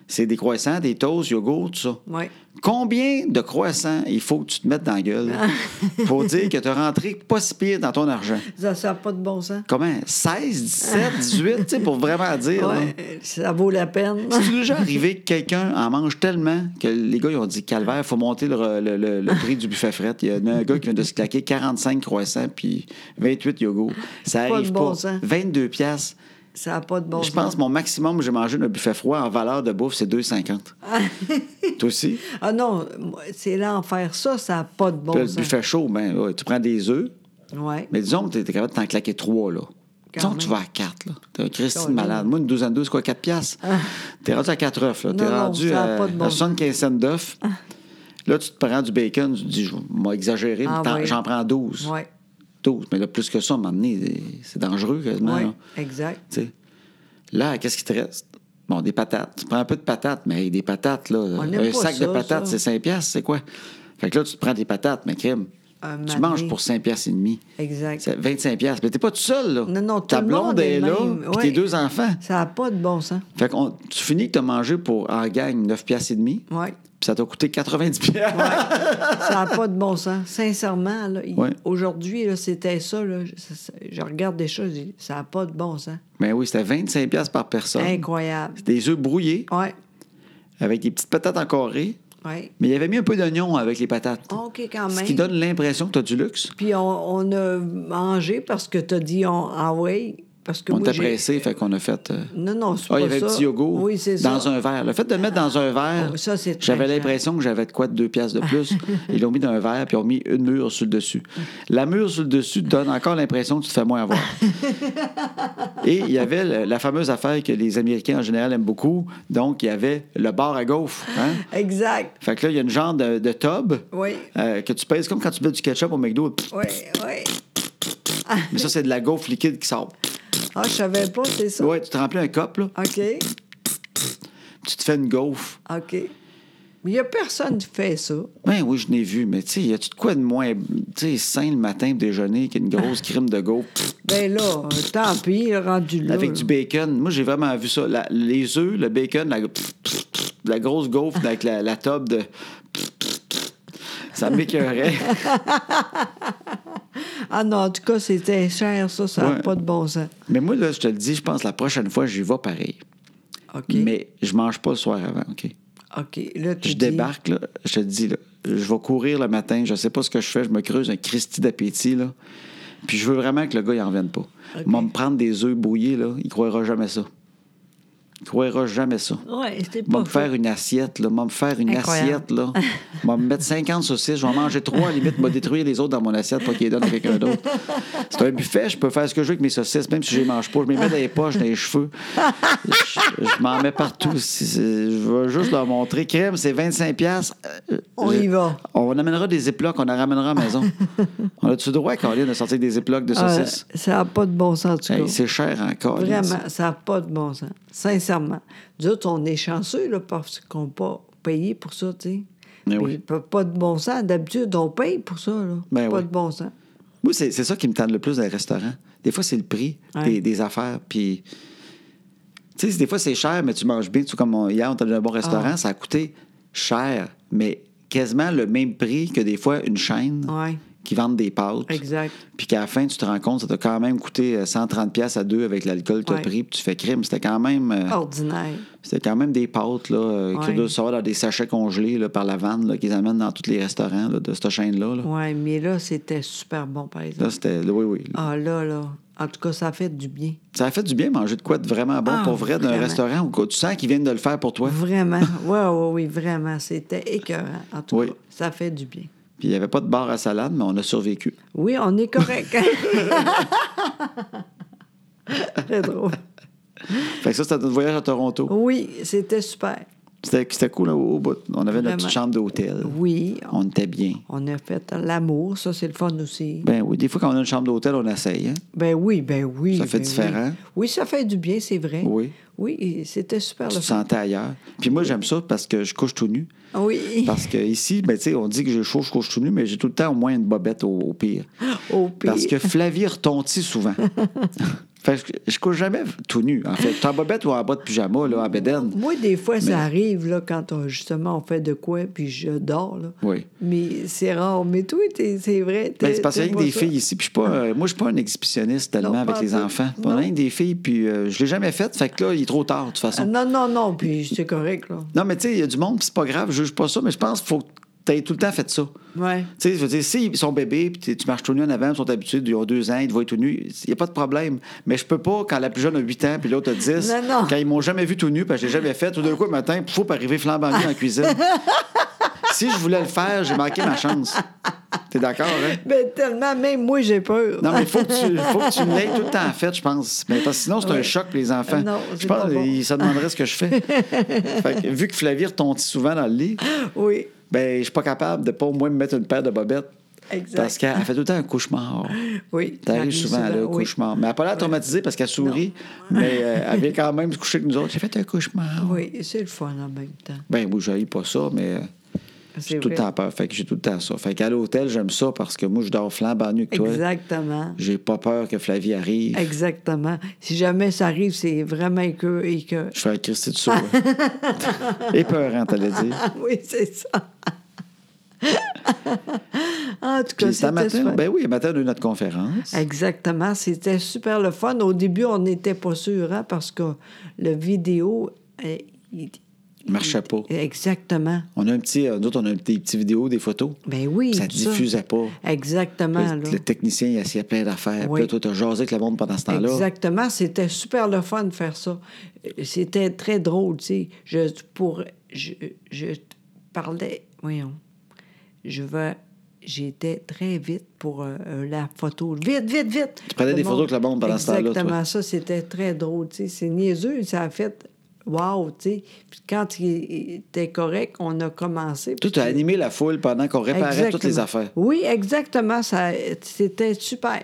c'est des croissants, des toasts, yogourt, tout ça. Oui. Combien de croissants il faut que tu te mettes dans la gueule Ah. pour dire que tu as rentré pas si pire dans ton argent? Ça n'a pas de bon sens. comment, 16, 17, 18, tu sais, pour vraiment dire. là. Ouais, ça vaut la peine. C'est déjà arrivé que quelqu'un en mange tellement que les gars, ils ont dit Calvaire, il faut monter le, re- le- le- le prix du buffet fret. Il y en a un gars qui vient de se claquer 45 croissants puis 28 yogos. Ça Pas de arrive bon pas. sens. 22 piastres. Ça n'a pas de bon Je sens. pense que mon maximum que j'ai mangé d'un buffet froid en valeur de bouffe, c'est 2,50. Toi aussi? Ah non, moi, c'est l'enfer. Ça, ça n'a pas de bon Puis là, le sens. buffet chaud, ben, ouais, tu prends des œufs, Oui. mais disons que tu es capable de t'en claquer trois, là. disons Quand que tu même. vas à quatre, là. T'es un Christine Colin. Ah. malade. Moi, une douzaine d'œufs, c'est quoi, quatre piastres? T'es rendu à quatre œufs, là. T'es Non, non, rendu ça a à, pas de bon à sens. Ah. 75 cents d'œufs. Là, tu te prends du bacon, tu te dis, je vais m'en exagérer, mais Ah t'en- oui. j'en prends 12. Oui. 12. Mais là, plus que ça, à un moment donné, c'est dangereux, quasiment. Oui. là. Exact. Tu sais. Là, qu'est-ce qui te reste? Bon, des patates. Tu prends un peu de patates, mais hey, des patates, là. n'aime Un pas sac de ça, patates, ça. c'est 5 piastres, c'est quoi? Fait que là, tu te prends des patates, mais crème. Un Tu matin. manges pour 5 piastres et demi. Exact. C'est 25 piastres. Mais t'es pas tout seul, là. Non, non, tout Ta le blonde monde est est là, même. puis Ouais. tes deux enfants. Ça n'a pas de bon sens. Fait que tu finis que t'as mangé pour, en gagne, 9 piastres et demi, Oui. puis ça t'a coûté 90 piastres. Ça n'a pas de bon sens. Sincèrement, là, il- Ouais. aujourd'hui, là, c'était ça, là. Je, ça- je regarde des choses, je dis, ça n'a pas de bon sens. Mais oui, c'était 25 piastres par personne. Incroyable. Des œufs brouillés, Oui. avec des petites patates en carré, Oui. mais il avait mis un peu d'oignon avec les patates. OK, Oh, quand Ce même. qui donne l'impression que t'as du luxe. Puis on, on a mangé parce que t'as dit on, ah oui. Parce que On moi, était j'ai- pressé, fait qu'on a fait. euh, Non, non, c'est Ah, pas il y avait ça. un petit yogourt Oui, c'est dans ça. un verre. Le fait de le mettre dans un verre, Oh, ça, c'est j'avais très l'impression que j'avais de quoi de deux pièces de plus. Ils l'ont mis dans un verre, puis ils ont mis une mûre sur le dessus. La mûre sur le dessus donne encore l'impression que tu te fais moins avoir. Et il y avait le- la fameuse affaire que les Américains en général aiment beaucoup. Donc, il y avait le bar à gaufres. hein. Exact. Fait que là, il y a une genre de, de tub Oui. euh, que tu pèses comme quand tu mets du ketchup au McDo. Oui, oui. Mais ça, c'est de la gaufre liquide qui sort. Ah, je savais pas, c'est ça. Ouais, tu te remplis un cop, là, OK, tu te fais une gaufre. OK. Mais il n'y a personne qui fait ça. Ben oui, je n'ai vu, mais tu sais, y a-tu de quoi de moins, tu sais, sain le matin pour déjeuner qu'une grosse crème de gaufre pff, Ben là, euh, tant pis, rendu là. avec là. du bacon? Moi, j'ai vraiment vu ça. La- les œufs, le bacon, la, pff, pff, pff, la grosse gaufre avec la, la tube de. pff, pff, pff. Ça m'écœurait. Ah non, en tout cas, c'était cher, ça, ça n'a Ouais. pas de bon sens. mais moi, là, je te le dis, je pense la prochaine fois, j'y vais pareil. OK. Mais je mange pas le soir avant, OK? OK, là, tu Je dis- débarque, là, je te le dis, là, je vais courir le matin, je sais pas ce que je fais, je me creuse un Christi d'appétit, là. Puis je veux vraiment que le gars, il en revienne pas. Ok. Moi, me prendre des œufs bouillés, là, il croira jamais ça. Il croira jamais ça. Ouais, c'était Moi, pas me faire une assiette, là. Moi, me faire une Incroyable. assiette, là. Moi, me mettre 50 saucisses. Je vais en manger trois, à la limite, me détruire les autres dans mon assiette pour qu'ils les donnent à quelqu'un d'autre. C'est un buffet, je peux faire ce que je veux avec mes saucisses, même si je les mange pas. Je les mets dans les poches, dans les cheveux. Je, je m'en mets partout. Si- si- Je veux juste leur montrer. Crème, c'est 25 piastres. Euh, On je- y va. On amènera des éplocs, on en ramènera à la maison. on a-tu le droit, Caroline, de sortir des éplocs de Ah, saucisses? ça n'a pas de bon sens, en tout Hey, cas. c'est cher encore. Vraiment, ça n'a pas de bon sens. Sincèrement. Nous autres, on est chanceux là, parce qu'on n'a pas payé pour ça, tu sais. Mais Puis, oui. pas- Pas de bon sens. D'habitude, on paye pour ça. là. Ben pas oui. de bon sens. Moi, c'est c'est ça qui me tente le plus dans les restaurants. Des fois, c'est le prix Ouais. des, des affaires. Puis, tu sais, des fois, c'est cher, mais tu manges bien. Tu sais, comme on- hier, on était dans un bon Ah. restaurant, ça a coûté cher, mais quasiment le même prix que des fois une chaîne Ouais. qui vend des pâtes. Exact. Puis qu'à la fin, tu te rends compte, ça t'a quand même coûté euh, 130$ piastres à deux avec l'alcool que tu as Ouais. pris, puis tu fais crime. C'était quand même. euh, Ordinaire. c'était quand même des pâtes là, euh, qui Ouais. doivent sortir dans des sachets congelés là, par la vanne là, qu'ils amènent dans tous les restaurants là, de cette chaîne-là. là. Oui, mais là, c'était super bon, par exemple. Là, c'était. là, Oui, oui. Ah là, là. En tout cas, ça a fait du bien. Ça a fait du bien manger de quoi de vraiment bon Ah, pour vrai d'un vraiment. Mm. restaurant où tu sens qu'ils viennent de le faire pour toi. Vraiment. Oui, oui, oui, vraiment. C'était écœurant. En tout Oui. cas, ça fait du bien. Puis il n'y avait pas de bar à salade, mais on a survécu. Oui, on est correct. Très drôle. Fait que ça, c'était notre voyage à Toronto. Oui, c'était super. C'était c'était cool là, au bout. On avait notre Vraiment. petite chambre d'hôtel. Oui, on- On était bien. on a fait l'amour. Ça, c'est le fun aussi. Ben oui, des fois, quand on a une chambre d'hôtel, on essaye. hein. Ben oui, ben oui. Ça fait ben différent. Oui. Oui, ça fait du bien, c'est vrai. Oui. Oui, et c'était super Tu le te fun. sentais ailleurs. Puis moi, j'aime ça parce que je couche tout nu. Oui. Parce que ici, ben, tu sais, on dit que j'ai chaud, je couche tout nu, mais j'ai tout le temps au moins une bobette au, au pire. Au pire. Parce que Flavie retontit souvent. fait que je couche jamais tout nu, en fait. T'es en bobette ou en bas de pyjama, là, en bédaine. Moi, des fois, ça arrive, là, quand on- justement on fait de quoi, puis je dors, là. Oui. Mais c'est rare. Mais toi, t'es- c'est vrai. Ben, t'es- c'est parce qu'il y a t'es rien que des pas ça. filles ici. Puis je suis pas, euh, moi, je suis pas un exhibitionniste tellement Non, avec pas les en tout. enfants. Puis On a Non. rien que des filles, puis euh, je l'ai jamais fait. Fait que là, il est trop tard, de toute façon. Ah, Non, non, non, puis c'est correct, là. Non, mais tu sais, il y a du monde, puis c'est pas grave, je juge pas ça, mais je pense qu'il faut que t'aies tout le temps fait ça. Ouais. Tu sais, je veux dire, si ils sont bébés, puis tu- tu marches tout nu en avant, ils sont habitués, ils ont deux ans, ils te voient tout nu, il n'y a pas de problème. Mais je peux pas, quand la plus jeune a 8 ans, puis l'autre a 10, Non, non. quand ils m'ont jamais vu tout nu, parce que je l'ai jamais fait, tout d'un coup, le matin, il faut arriver flambant nu en cuisine. si je voulais le faire, j'ai manqué ma chance. T'es d'accord, hein? Ben, tellement, même moi, j'ai peur. Non, mais il faut que tu, faut que tu l'aies tout le temps fait, je pense. Mais parce que sinon, c'est un Ouais. choc pour les enfants. Non, je c'est pense pas bon. qu'ils se demanderaient ce que je fais. Fait que, vu que Flavie retontit souvent dans le lit, Oui, ben je suis pas capable de pas au moins me mettre une paire de bobettes. exact. Parce qu'elle elle fait tout le temps un cauchemar. oui. ça T'arrives arrive souvent à un oui. cauchemar. Mais elle n'a pas l'air traumatisée parce qu'elle sourit, mais euh, elle vient quand même se coucher avec nous autres. J'ai fait un cauchemar. Oui, c'est le fun en même temps. Ben oui, je pas ça, mais euh, j'ai C'est tout le vrai. temps peur. Fait que j'ai tout le temps ça. Fait qu'à l'hôtel, j'aime ça parce que moi, je dors flambant nu que toi. Exactement. J'ai pas peur que Flavie arrive. Exactement. Si jamais ça arrive, c'est vraiment écœur et que. Je fais un Christy de Ah. sourd. Épeurant, t'allais dire. oui, c'est ça. en tout Puis cas, ce c'était matin, super. ben oui, le matin, on a eu notre conférence. Exactement, c'était super le fun. Au début, on n'était pas sûr hein, parce que le vidéo. euh, il- Marchait pas. Exactement. On a un petit, euh, nous autres, on a un petit, petit vidéo, des photos. Ben oui. Ça tout diffusait pas. Exactement. Le, là. le technicien, il essayait plein d'affaires. Oui. Puis là, toi, t'as jasé avec le monde pendant ce temps-là. Exactement, c'était super le fun de faire ça. Euh, C'était très drôle, tu sais. Je, pour, je, je parlais, voyons, je vais, j'étais très vite pour euh, euh, la photo. Vite, vite, vite! Tu prenais des photos avec le monde pendant ce temps-là, toi. Exactement, ça, c'était très drôle, tu sais. C'est niaiseux, ça a fait... Wow, tu sais. Puis quand il il était correct, on a commencé. Toi, t'as animé la foule pendant qu'on réparait Exactement. toutes les affaires. Oui, exactement. Ça, c'était super.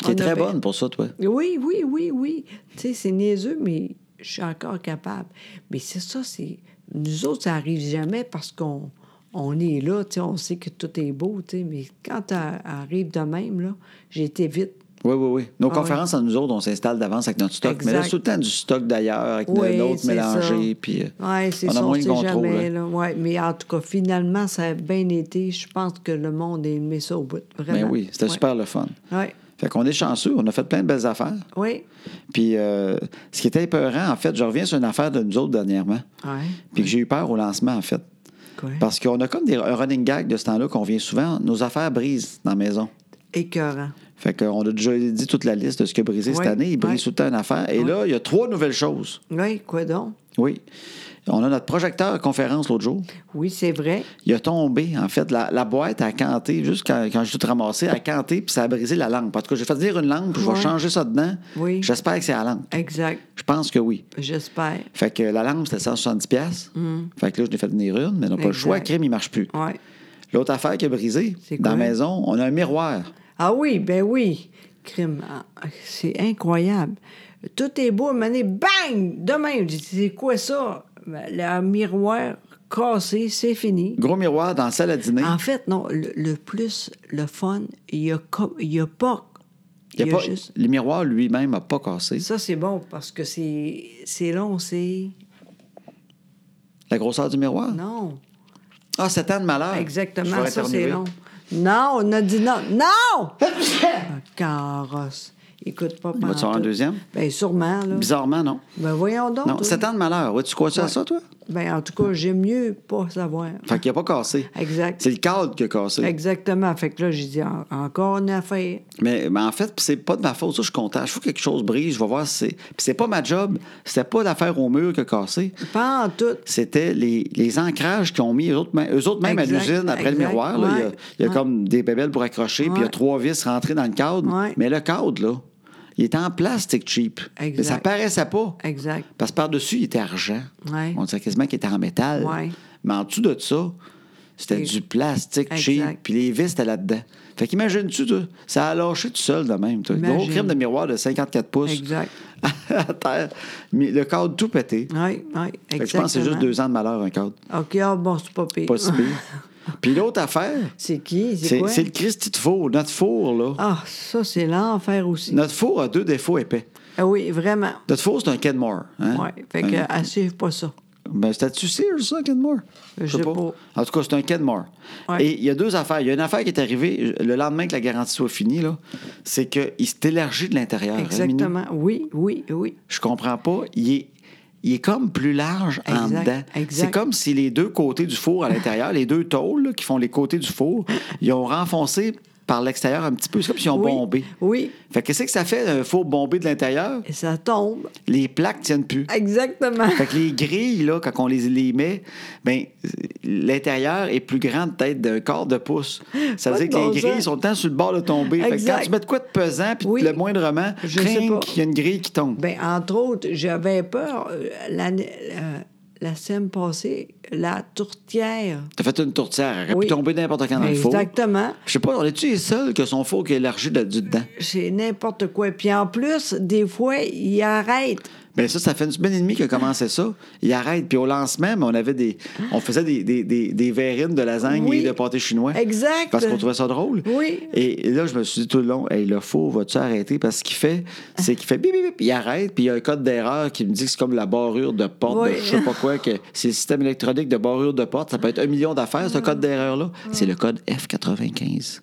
T'es On a très fait- bonne pour ça, toi. Oui, oui, oui, oui. Tu sais, c'est niaiseux, mais je suis encore capable. Mais c'est ça, c'est. Nous autres, ça arrive jamais parce qu'on on est là, tu sais, on sait que tout est beau, tu sais. Mais quand ça arrive de même, là, j'ai été vite. Oui, oui, oui. Nos Ah, conférences, à nous autres, on s'installe d'avance avec notre stock. Mais là, Exact. c'est tout le temps du stock d'ailleurs, avec Oui, l'autre c'est mélangé. ça. Ah, Puis, euh, Oui, c'est on a ça, on moins de sait contrôle. jamais. hein. là. Ouais, mais en tout cas, finalement, ça a bien été. Je pense que le monde a aimé ça au bout. Vraiment. Ben oui, c'était super le fun. Oui, Fait qu'on est chanceux, on a fait plein de belles affaires. oui. Puis euh, ce qui était épeurant, en fait, je reviens sur une affaire de nous autres dernièrement, Oui. puis que j'ai eu peur au lancement, en fait. Quoi? Parce qu'on a comme des, un running gag de ce temps-là qu'on vient souvent, nos affaires brisent dans la maison. Écœurant. Fait qu'on a déjà dit toute la liste de ce qui a brisé cette Oui, année. Il brise oui. tout le temps une affaire. Et là, il y a trois nouvelles choses. Oui, quoi donc? Oui. On a notre projecteur à conférence l'autre jour. Oui, c'est vrai. Il a tombé, en fait. La, la boîte a canté, juste quand, quand j'ai tout ramassé, a canté, puis ça a brisé la lampe. En tout cas, j'ai fait dire une lampe, puis je vais Ouais. changer ça dedans. Oui. J'espère que c'est la lampe. Exact. Je pense que oui. J'espère. Fait que la lampe, c'était 170$. pièces. Fait que là, je l'ai fait venir une, mais on n'a pas le Mm. Exact. choix. Crime, il marche plus. Ouais. L'autre affaire qui a brisé, C'est dans la quoi? maison, on a un miroir. Ah oui, ben oui. Crime. Ah, C'est incroyable. Tout est beau, mais bang! Demain, je dis, c'est quoi ça? Ben, Le miroir cassé, c'est fini. Gros miroir dans la salle à dîner. En fait, non, le, le plus, le fun, il n'y a, co- il y a pas. Il y a il y a pas- juste- Le miroir lui-même n'a pas cassé. Ça, c'est bon parce que c'est c'est long, c'est. La grosseur du miroir? Non. Ah, 7 ans de malheur. Je Exactement, vais ça, éternuer. c'est long. Non, on a dit non. Non! Ah, Carrosse. Écoute pas va-tu avoir un pantoute. deuxième? Bien, sûrement, là. Bizarrement, non. Ben, voyons donc. Non, toi. 7 ans de malheur. Ouais, tu crois ça à ça, toi? Ben, en tout cas, j'aime mieux pas savoir. Fait qu'il n'a pas cassé. Exact. C'est le cadre qui a cassé. Exactement. Fait que là, j'ai dit en- encore une affaire. Mais, mais en fait, pis c'est pas de ma faute. Ça, je suis content. Je trouve que quelque chose brise. Je vais voir si c'est. Puis c'est pas ma job. C'était pas l'affaire au mur qui a cassé. Pas en tout. C'était les, les ancrages qu'ils ont mis, eux autres, ma- eux autres même Exact, à l'usine, après le exact, miroir. là, il y a, ouais, il y a ouais. comme des bébelles pour accrocher, puis il y a Ouais. trois vis rentrées dans le cadre. Ouais. Mais le cadre, là, il était en plastique cheap. Exact. Mais ça paraissait pas. Exact. Parce que par-dessus, il était argent. Ouais. On dirait quasiment qu'il était en métal. Ouais. Mais en dessous de ça, c'était Et- du plastique cheap, Exact. puis les vis étaient là-dedans. Fait qu'imagines-tu, toi, ça a lâché tout seul de même. toi. Gros Imagine. crime de miroir de 54 pouces. Exact. à terre. Mais le cadre tout pété. Oui, oui, Fait exactement. que je pense que c'est juste deux ans de malheur, un cadre. OK, ah bon, c'est pas pire. Pas si pire. Puis l'autre affaire, C'est qui? C'est c'est quoi? c'est le Christi de four. Notre four, là. Ah, ça, c'est l'enfer aussi. Notre four a deux défauts épais. Ah oui, vraiment. Notre four, c'est un Kenmore. Hein? Oui, fait que, Un- elle suivre pas ça. Ben, c'était-tu Sears, ça, Kenmore? Je sais pas. En tout cas, c'est un Kenmore. Ouais. Et il y a deux affaires. Il y a une affaire qui est arrivée le lendemain que la garantie soit finie, là. C'est qu'il s'est élargi de l'intérieur. hein, Minou? Exactement. Oui, oui, oui. Je comprends pas. Il est, il est comme plus large en Exact, dedans. exact. C'est comme si les deux côtés du four à l'intérieur, les deux tôles là, qui font les côtés du four, ils ont renfoncé par l'extérieur un petit peu. C'est comme s'ils ont oui. bombé. Oui, Fait que qu'est-ce que ça fait, un four bombé de l'intérieur? et ça tombe. Les plaques tiennent plus. Exactement. Fait que les grilles, là, quand on les, les met, ben, l'intérieur est plus grand peut-être d'un quart de pouce. Ça veut Pas dire de que bon les sens. grilles sont le temps sur le bord de tomber. Fait que Exact. quand tu mets de quoi de pesant, puis Oui. le moindrement, Je sais crinc, pas. il y a une grille qui tombe. Ben, entre autres, j'avais peur euh, l'année- euh, la semaine passée, la tourtière. T'as fait une tourtière, elle aurait Oui. pu tomber n'importe quand dans le four. Exactement. Je sais pas, on est-tu les seuls que son four qui est élargi de, du dedans? C'est n'importe quoi. Puis en plus, des fois, il arrête. Bien Ben ça, ça fait une semaine et demie qu'il a commencé ça. Il arrête. Puis au lancement, mais on avait des. On faisait des, des, des, des verrines de lasagne Oui. et de pâté chinois. Exact. Parce qu'on trouvait ça drôle. Oui. Et, et là, je me suis dit tout le long, hey, le four, vas-tu arrêter? Parce qu'il fait, c'est qu'il fait bip, bip, bip, il arrête, puis il y a un code d'erreur qui me dit que c'est comme la barrure de porte, Oui. de je sais pas quoi, que c'est le système électronique de barrure de porte, ça peut être un million d'affaires, ce code d'erreur-là. C'est le code F95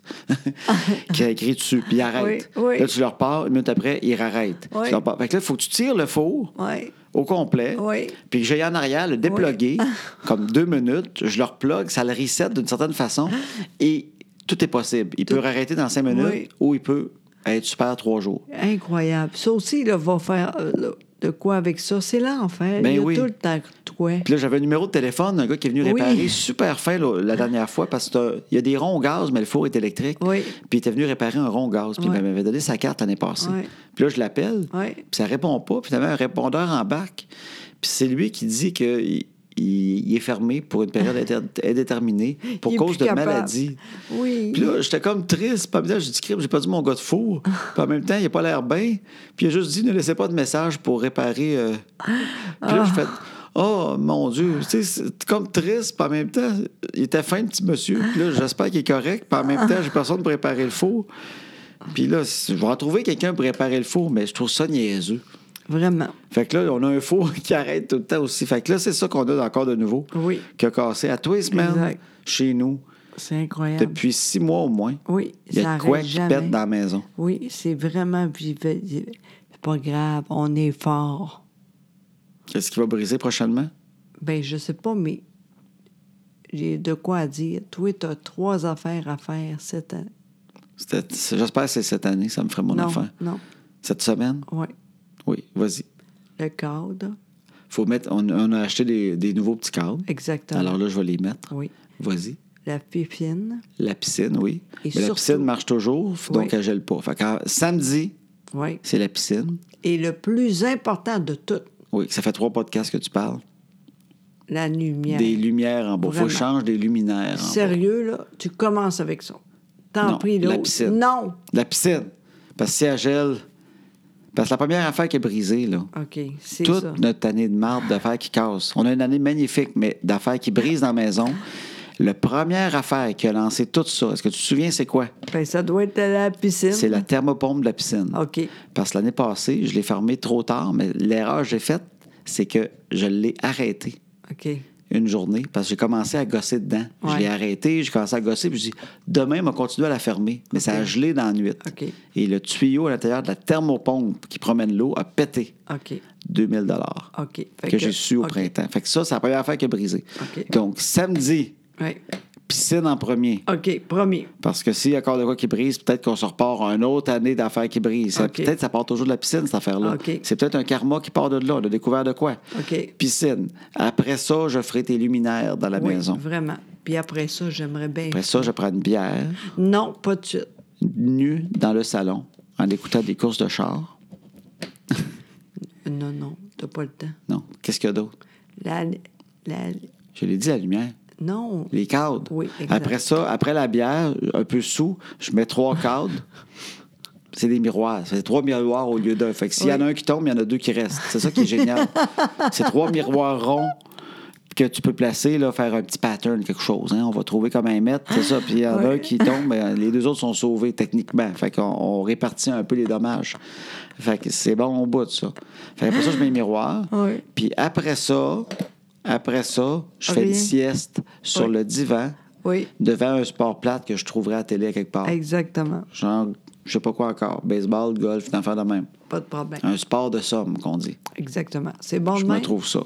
qui a écrit dessus, puis il arrête. Oui, oui. Là, tu le repars, une minute après, il arrête. Oui. Tu le repars. Fait que là, il faut que tu tires le four Oui. au complet. Oui. Puis que j'aille en arrière, le déploguer, comme deux minutes, je le replogue, ça le reset d'une certaine façon et tout est possible. Il peut arrêter dans cinq minutes Oui. ou il peut être super trois jours. Incroyable. Ça aussi, là, va faire euh, là, de quoi avec ça. C'est l'enfer. Ben il y a oui. tout le temps que toi. Puis là, j'avais un numéro de téléphone d'un gars qui est venu Oui. réparer super fin là, la dernière fois parce qu'il y a des ronds gaz, mais le four est électrique. Oui. Puis il était venu réparer un rond gaz. Puis Ouais. il m'avait donné sa carte l'année passée. Ouais. Puis là, je l'appelle. Ouais. Puis ça répond pas. Puis t'avais un répondeur en bac. Puis c'est lui qui dit que il, il- il est fermé pour une période inter- indéterminée pour Il est cause de plus capable. maladie. Oui. Puis là, j'étais comme triste. Puis là, j'ai dit, crime, j'ai pas dit mon gars de four. Puis en même temps, il a pas l'air bien. Puis il a juste dit, ne laissez pas de message pour réparer. euh. Puis là, j'ai fait, Ah. oh mon Dieu. Tu sais, c'est comme triste. Puis en même temps, il était fin, le petit monsieur. Puis là, j'espère qu'il est correct. Puis en même temps, j'ai personne pour réparer le four. Puis là, je vais en trouver quelqu'un pour réparer le four, mais je trouve ça niaiseux. Vraiment. Fait que là, on a un four qui arrête tout le temps aussi. Fait que là, c'est ça qu'on a encore de nouveau. Oui. Qui a cassé à tous les semaines Exact. chez nous C'est incroyable. depuis six mois au moins. Oui, Il y ça a de quoi arrête qui jamais. pète dans la maison. Oui, c'est vraiment puis il fait- il- C'est pas grave, on est fort. Qu'est-ce qui va briser prochainement? Ben, je sais pas, mais j'ai de quoi à dire. Toi, t'as trois affaires à faire cette année. C'était- c'est- J'espère que c'est cette année, ça me ferait mon non, affaire. non, Cette semaine? oui. Oui, vas-y. Le cadre, Faut mettre. On, on a acheté des, des nouveaux petits cadres. exactement. Alors là, je vais les mettre. oui. Vas-y. La pipine, La piscine, oui. Et Mais la surtout- piscine marche toujours, f- donc Oui. elle gèle pas. Fait qu'en- samedi, oui. c'est la piscine. Et le plus important de tout, Oui, ça fait trois podcasts que tu parles. la lumière. Des lumières en bas. Faut que je Vraiment. change des luminaires en bas. Sérieux, là, tu commences avec ça. T'en Non, prie, la l'autre. piscine. Non, La piscine. Parce que si elle gèle, Parce que la première affaire qui est brisée, là, OK, c'est toute ça. notre année de marbre d'affaires qui cassent. On a une année magnifique, mais d'affaires qui brisent dans la maison. La première affaire qui a lancé tout ça, est-ce que tu te souviens, c'est quoi? Ben, ça doit être à la piscine. C'est la thermopompe de la piscine. OK. Parce que l'année passée, je l'ai fermée trop tard, mais l'erreur que j'ai faite, c'est que je l'ai arrêtée OK. une journée parce que j'ai commencé à gosser dedans. Je Ouais. l'ai arrêté, j'ai commencé à gosser, puis je dis demain, on va continuer à la fermer. Mais ça a gelé dans la nuit. OK. Et le tuyau à l'intérieur de la thermopompe qui promène l'eau a pété. OK. 2000 OK. Ah, Fait que, j'ai su au OK. printemps. Fait que ça, c'est la première affaire qui a brisé. OK. Donc, samedi, Ouais. piscine en premier. OK, promis. Parce que s'il y a encore de quoi qui brise, peut-être qu'on se repart à une autre année d'affaires qui brisent. Ça- OK. Peut-être que ça part toujours de la piscine, cette affaire-là. OK. C'est peut-être un karma qui part de là. On a découvert de quoi? OK. Piscine. Après ça, je ferai tes luminaires dans la Oui, maison. vraiment. Puis après ça, j'aimerais bien... Après ça, je prends une bière, Non, pas de suite. nue dans le salon, en écoutant des courses de char. Non, non, t'as pas le temps. Non. Qu'est-ce qu'il y a d'autre? La... la Je l'ai dit, la lumière. non. Les cadres. Oui, exact. après ça, après la bière, un peu sous, je mets trois cadres. C'est des miroirs. C'est trois miroirs au lieu d'un. Fait que s'il y en a un qui tombe, il y en a deux qui restent. C'est ça qui est génial. C'est trois miroirs ronds que tu peux placer, là, faire un petit pattern, quelque chose. hein. On va trouver comment y mettre. C'est ça. Puis il y en a un qui tombe, mais les deux autres sont sauvés techniquement. Fait qu'on on répartit un peu les dommages. Fait que c'est bon au bout de ça. Fait après ça, je mets les miroirs. Oui. Puis après ça, après ça, je fais Rien. une sieste sur Oui. le divan Oui, devant un sport plate que je trouverais à la télé quelque part. exactement. Genre, je sais pas quoi encore. Baseball, golf, une affaire de même. Pas de problème. Un sport de somme, qu'on dit. Exactement. C'est bon Hein? Je de me même? trouve ça.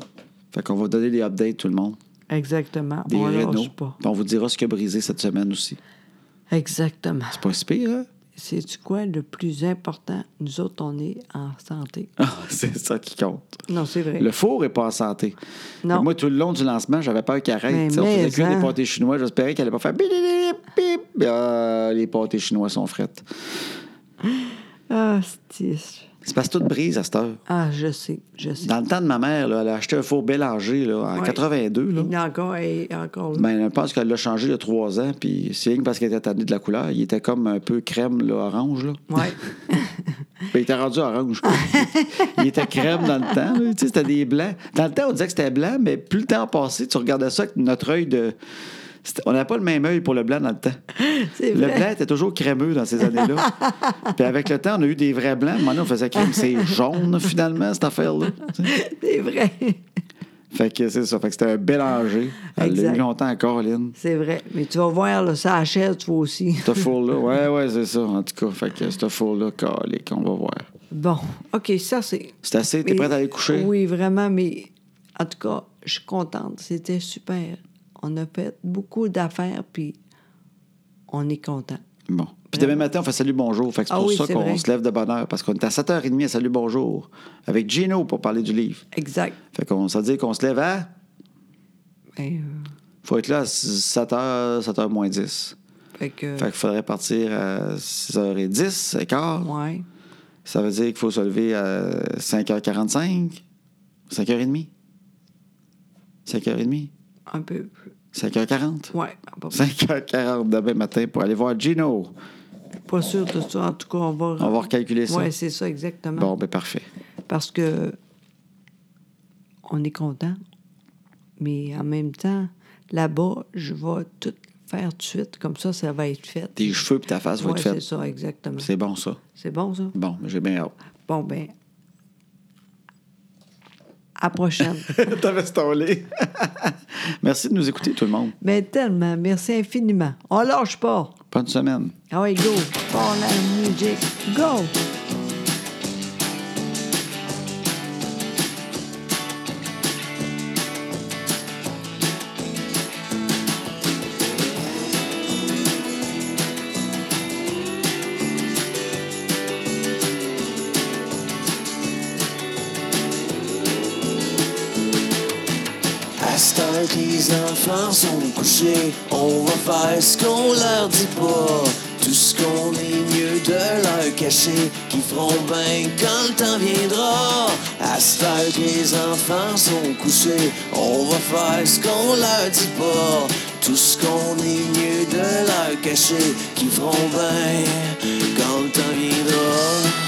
Fait qu'on va donner des updates, tout le monde. Exactement. Des on rénaux. lâche pas. Puis on vous dira ce qui a brisé cette semaine aussi. Exactement. C'est pas si pire, hein? C'est-tu quoi le plus important? Nous autres, on est en santé. Ah, c'est ça qui compte. Non, c'est vrai. Le four est pas en santé. Non. Mais Moi, tout le long du lancement, j'avais peur qu'il arrête. Mais Tu sais, on faisait mais, cuire des hein. pâtés chinois. J'espérais qu'elle allait pas faire bip, bip, bip, bip. Ah, les pâtés chinois sont frettes. Ah, c'est... C'est parce que tout brise à cette heure. Ah, je sais, je sais. Dans le temps de ma mère, là, elle a acheté un four Bélanger là, en Ouais. 82. Là. Il y en a encore, et encore là. Ben, je pense qu'elle l'a changé il y a trois ans. Puis c'est rien que parce qu'elle était tannée de la couleur. Il était comme un peu crème, là, orange. Là. Ouais. Ben, il était rendu orange. il était crème dans le temps. là. Tu sais, c'était des blancs. Dans le temps, on disait que c'était blanc, mais plus le temps passait, tu regardais ça avec notre œil de. C'était- On n'avait pas le même œil pour le blanc dans le temps. C'est Le vrai. blanc était toujours crémeux dans ces années-là. Puis avec le temps, on a eu des vrais blancs. Maintenant, on faisait crème. C'est jaune, finalement, cette affaire-là. Tu sais. C'est vrai. Fait que c'est ça. Fait que c'était un bélanger. Elle l'a Exact. eu longtemps encore, Lynn. C'est vrai. Mais tu vas voir, là, ça achète, toi aussi. Ce four-là. Ouais, ouais, c'est ça. En tout cas, fait que ce four-là, calé, qu'on va voir. Bon, OK, ça, c'est... C'est assez. T'es Mais- prête à aller coucher? Oui, vraiment, mais en tout cas, je suis contente. C'était super. On a fait beaucoup d'affaires, puis on est content. Bon. Puis demain matin, on fait Salut Bonjour. Fait que c'est Ah pour oui, ça c'est qu'on vrai. se lève de bonne heure, parce qu'on est à 7h30 à Salut Bonjour avec Gino pour parler du livre. Exact. Fait qu'on ça veut dire qu'on se lève à. Ben, euh, Faut être là à 7h, 7h moins 10. fait que... Fait qu'il faudrait partir à 6h10, quart. ouais. Ça veut dire qu'il faut se lever à 5h45, 5h30, 5h30, Un peu plus. 5h40, Ouais. Pas, 5h40 demain matin pour aller voir Gino. pas sûr de ça. En tout cas, on va... On va recalculer ça. Ouais, c'est ça, exactement. Bon, ben parfait. Parce que on est content, mais en même temps, là-bas, je vais tout faire tout de suite. Comme ça, ça va être fait. Tes cheveux et ta face vont Ouais, être c'est faits. ça, exactement. C'est bon, ça. C'est bon, ça? Bon, j'ai bien hâte. Bon, ben. À prochaine. T'avais ton lit. Merci de nous écouter, tout le monde. ben, tellement. Merci infiniment. On lâche pas. Bonne semaine. Ah ouais, go. Pour la musique. Go. À ce temps que les enfants sont couchés, on va faire ce qu'on leur dit pas. Tout ce qu'on est mieux de leur cacher, qui feront bien quand le temps viendra. À ce temps que les enfants sont couchés, on va faire ce qu'on leur dit pas. Tout ce qu'on est mieux de leur cacher, qui feront bien quand le temps viendra.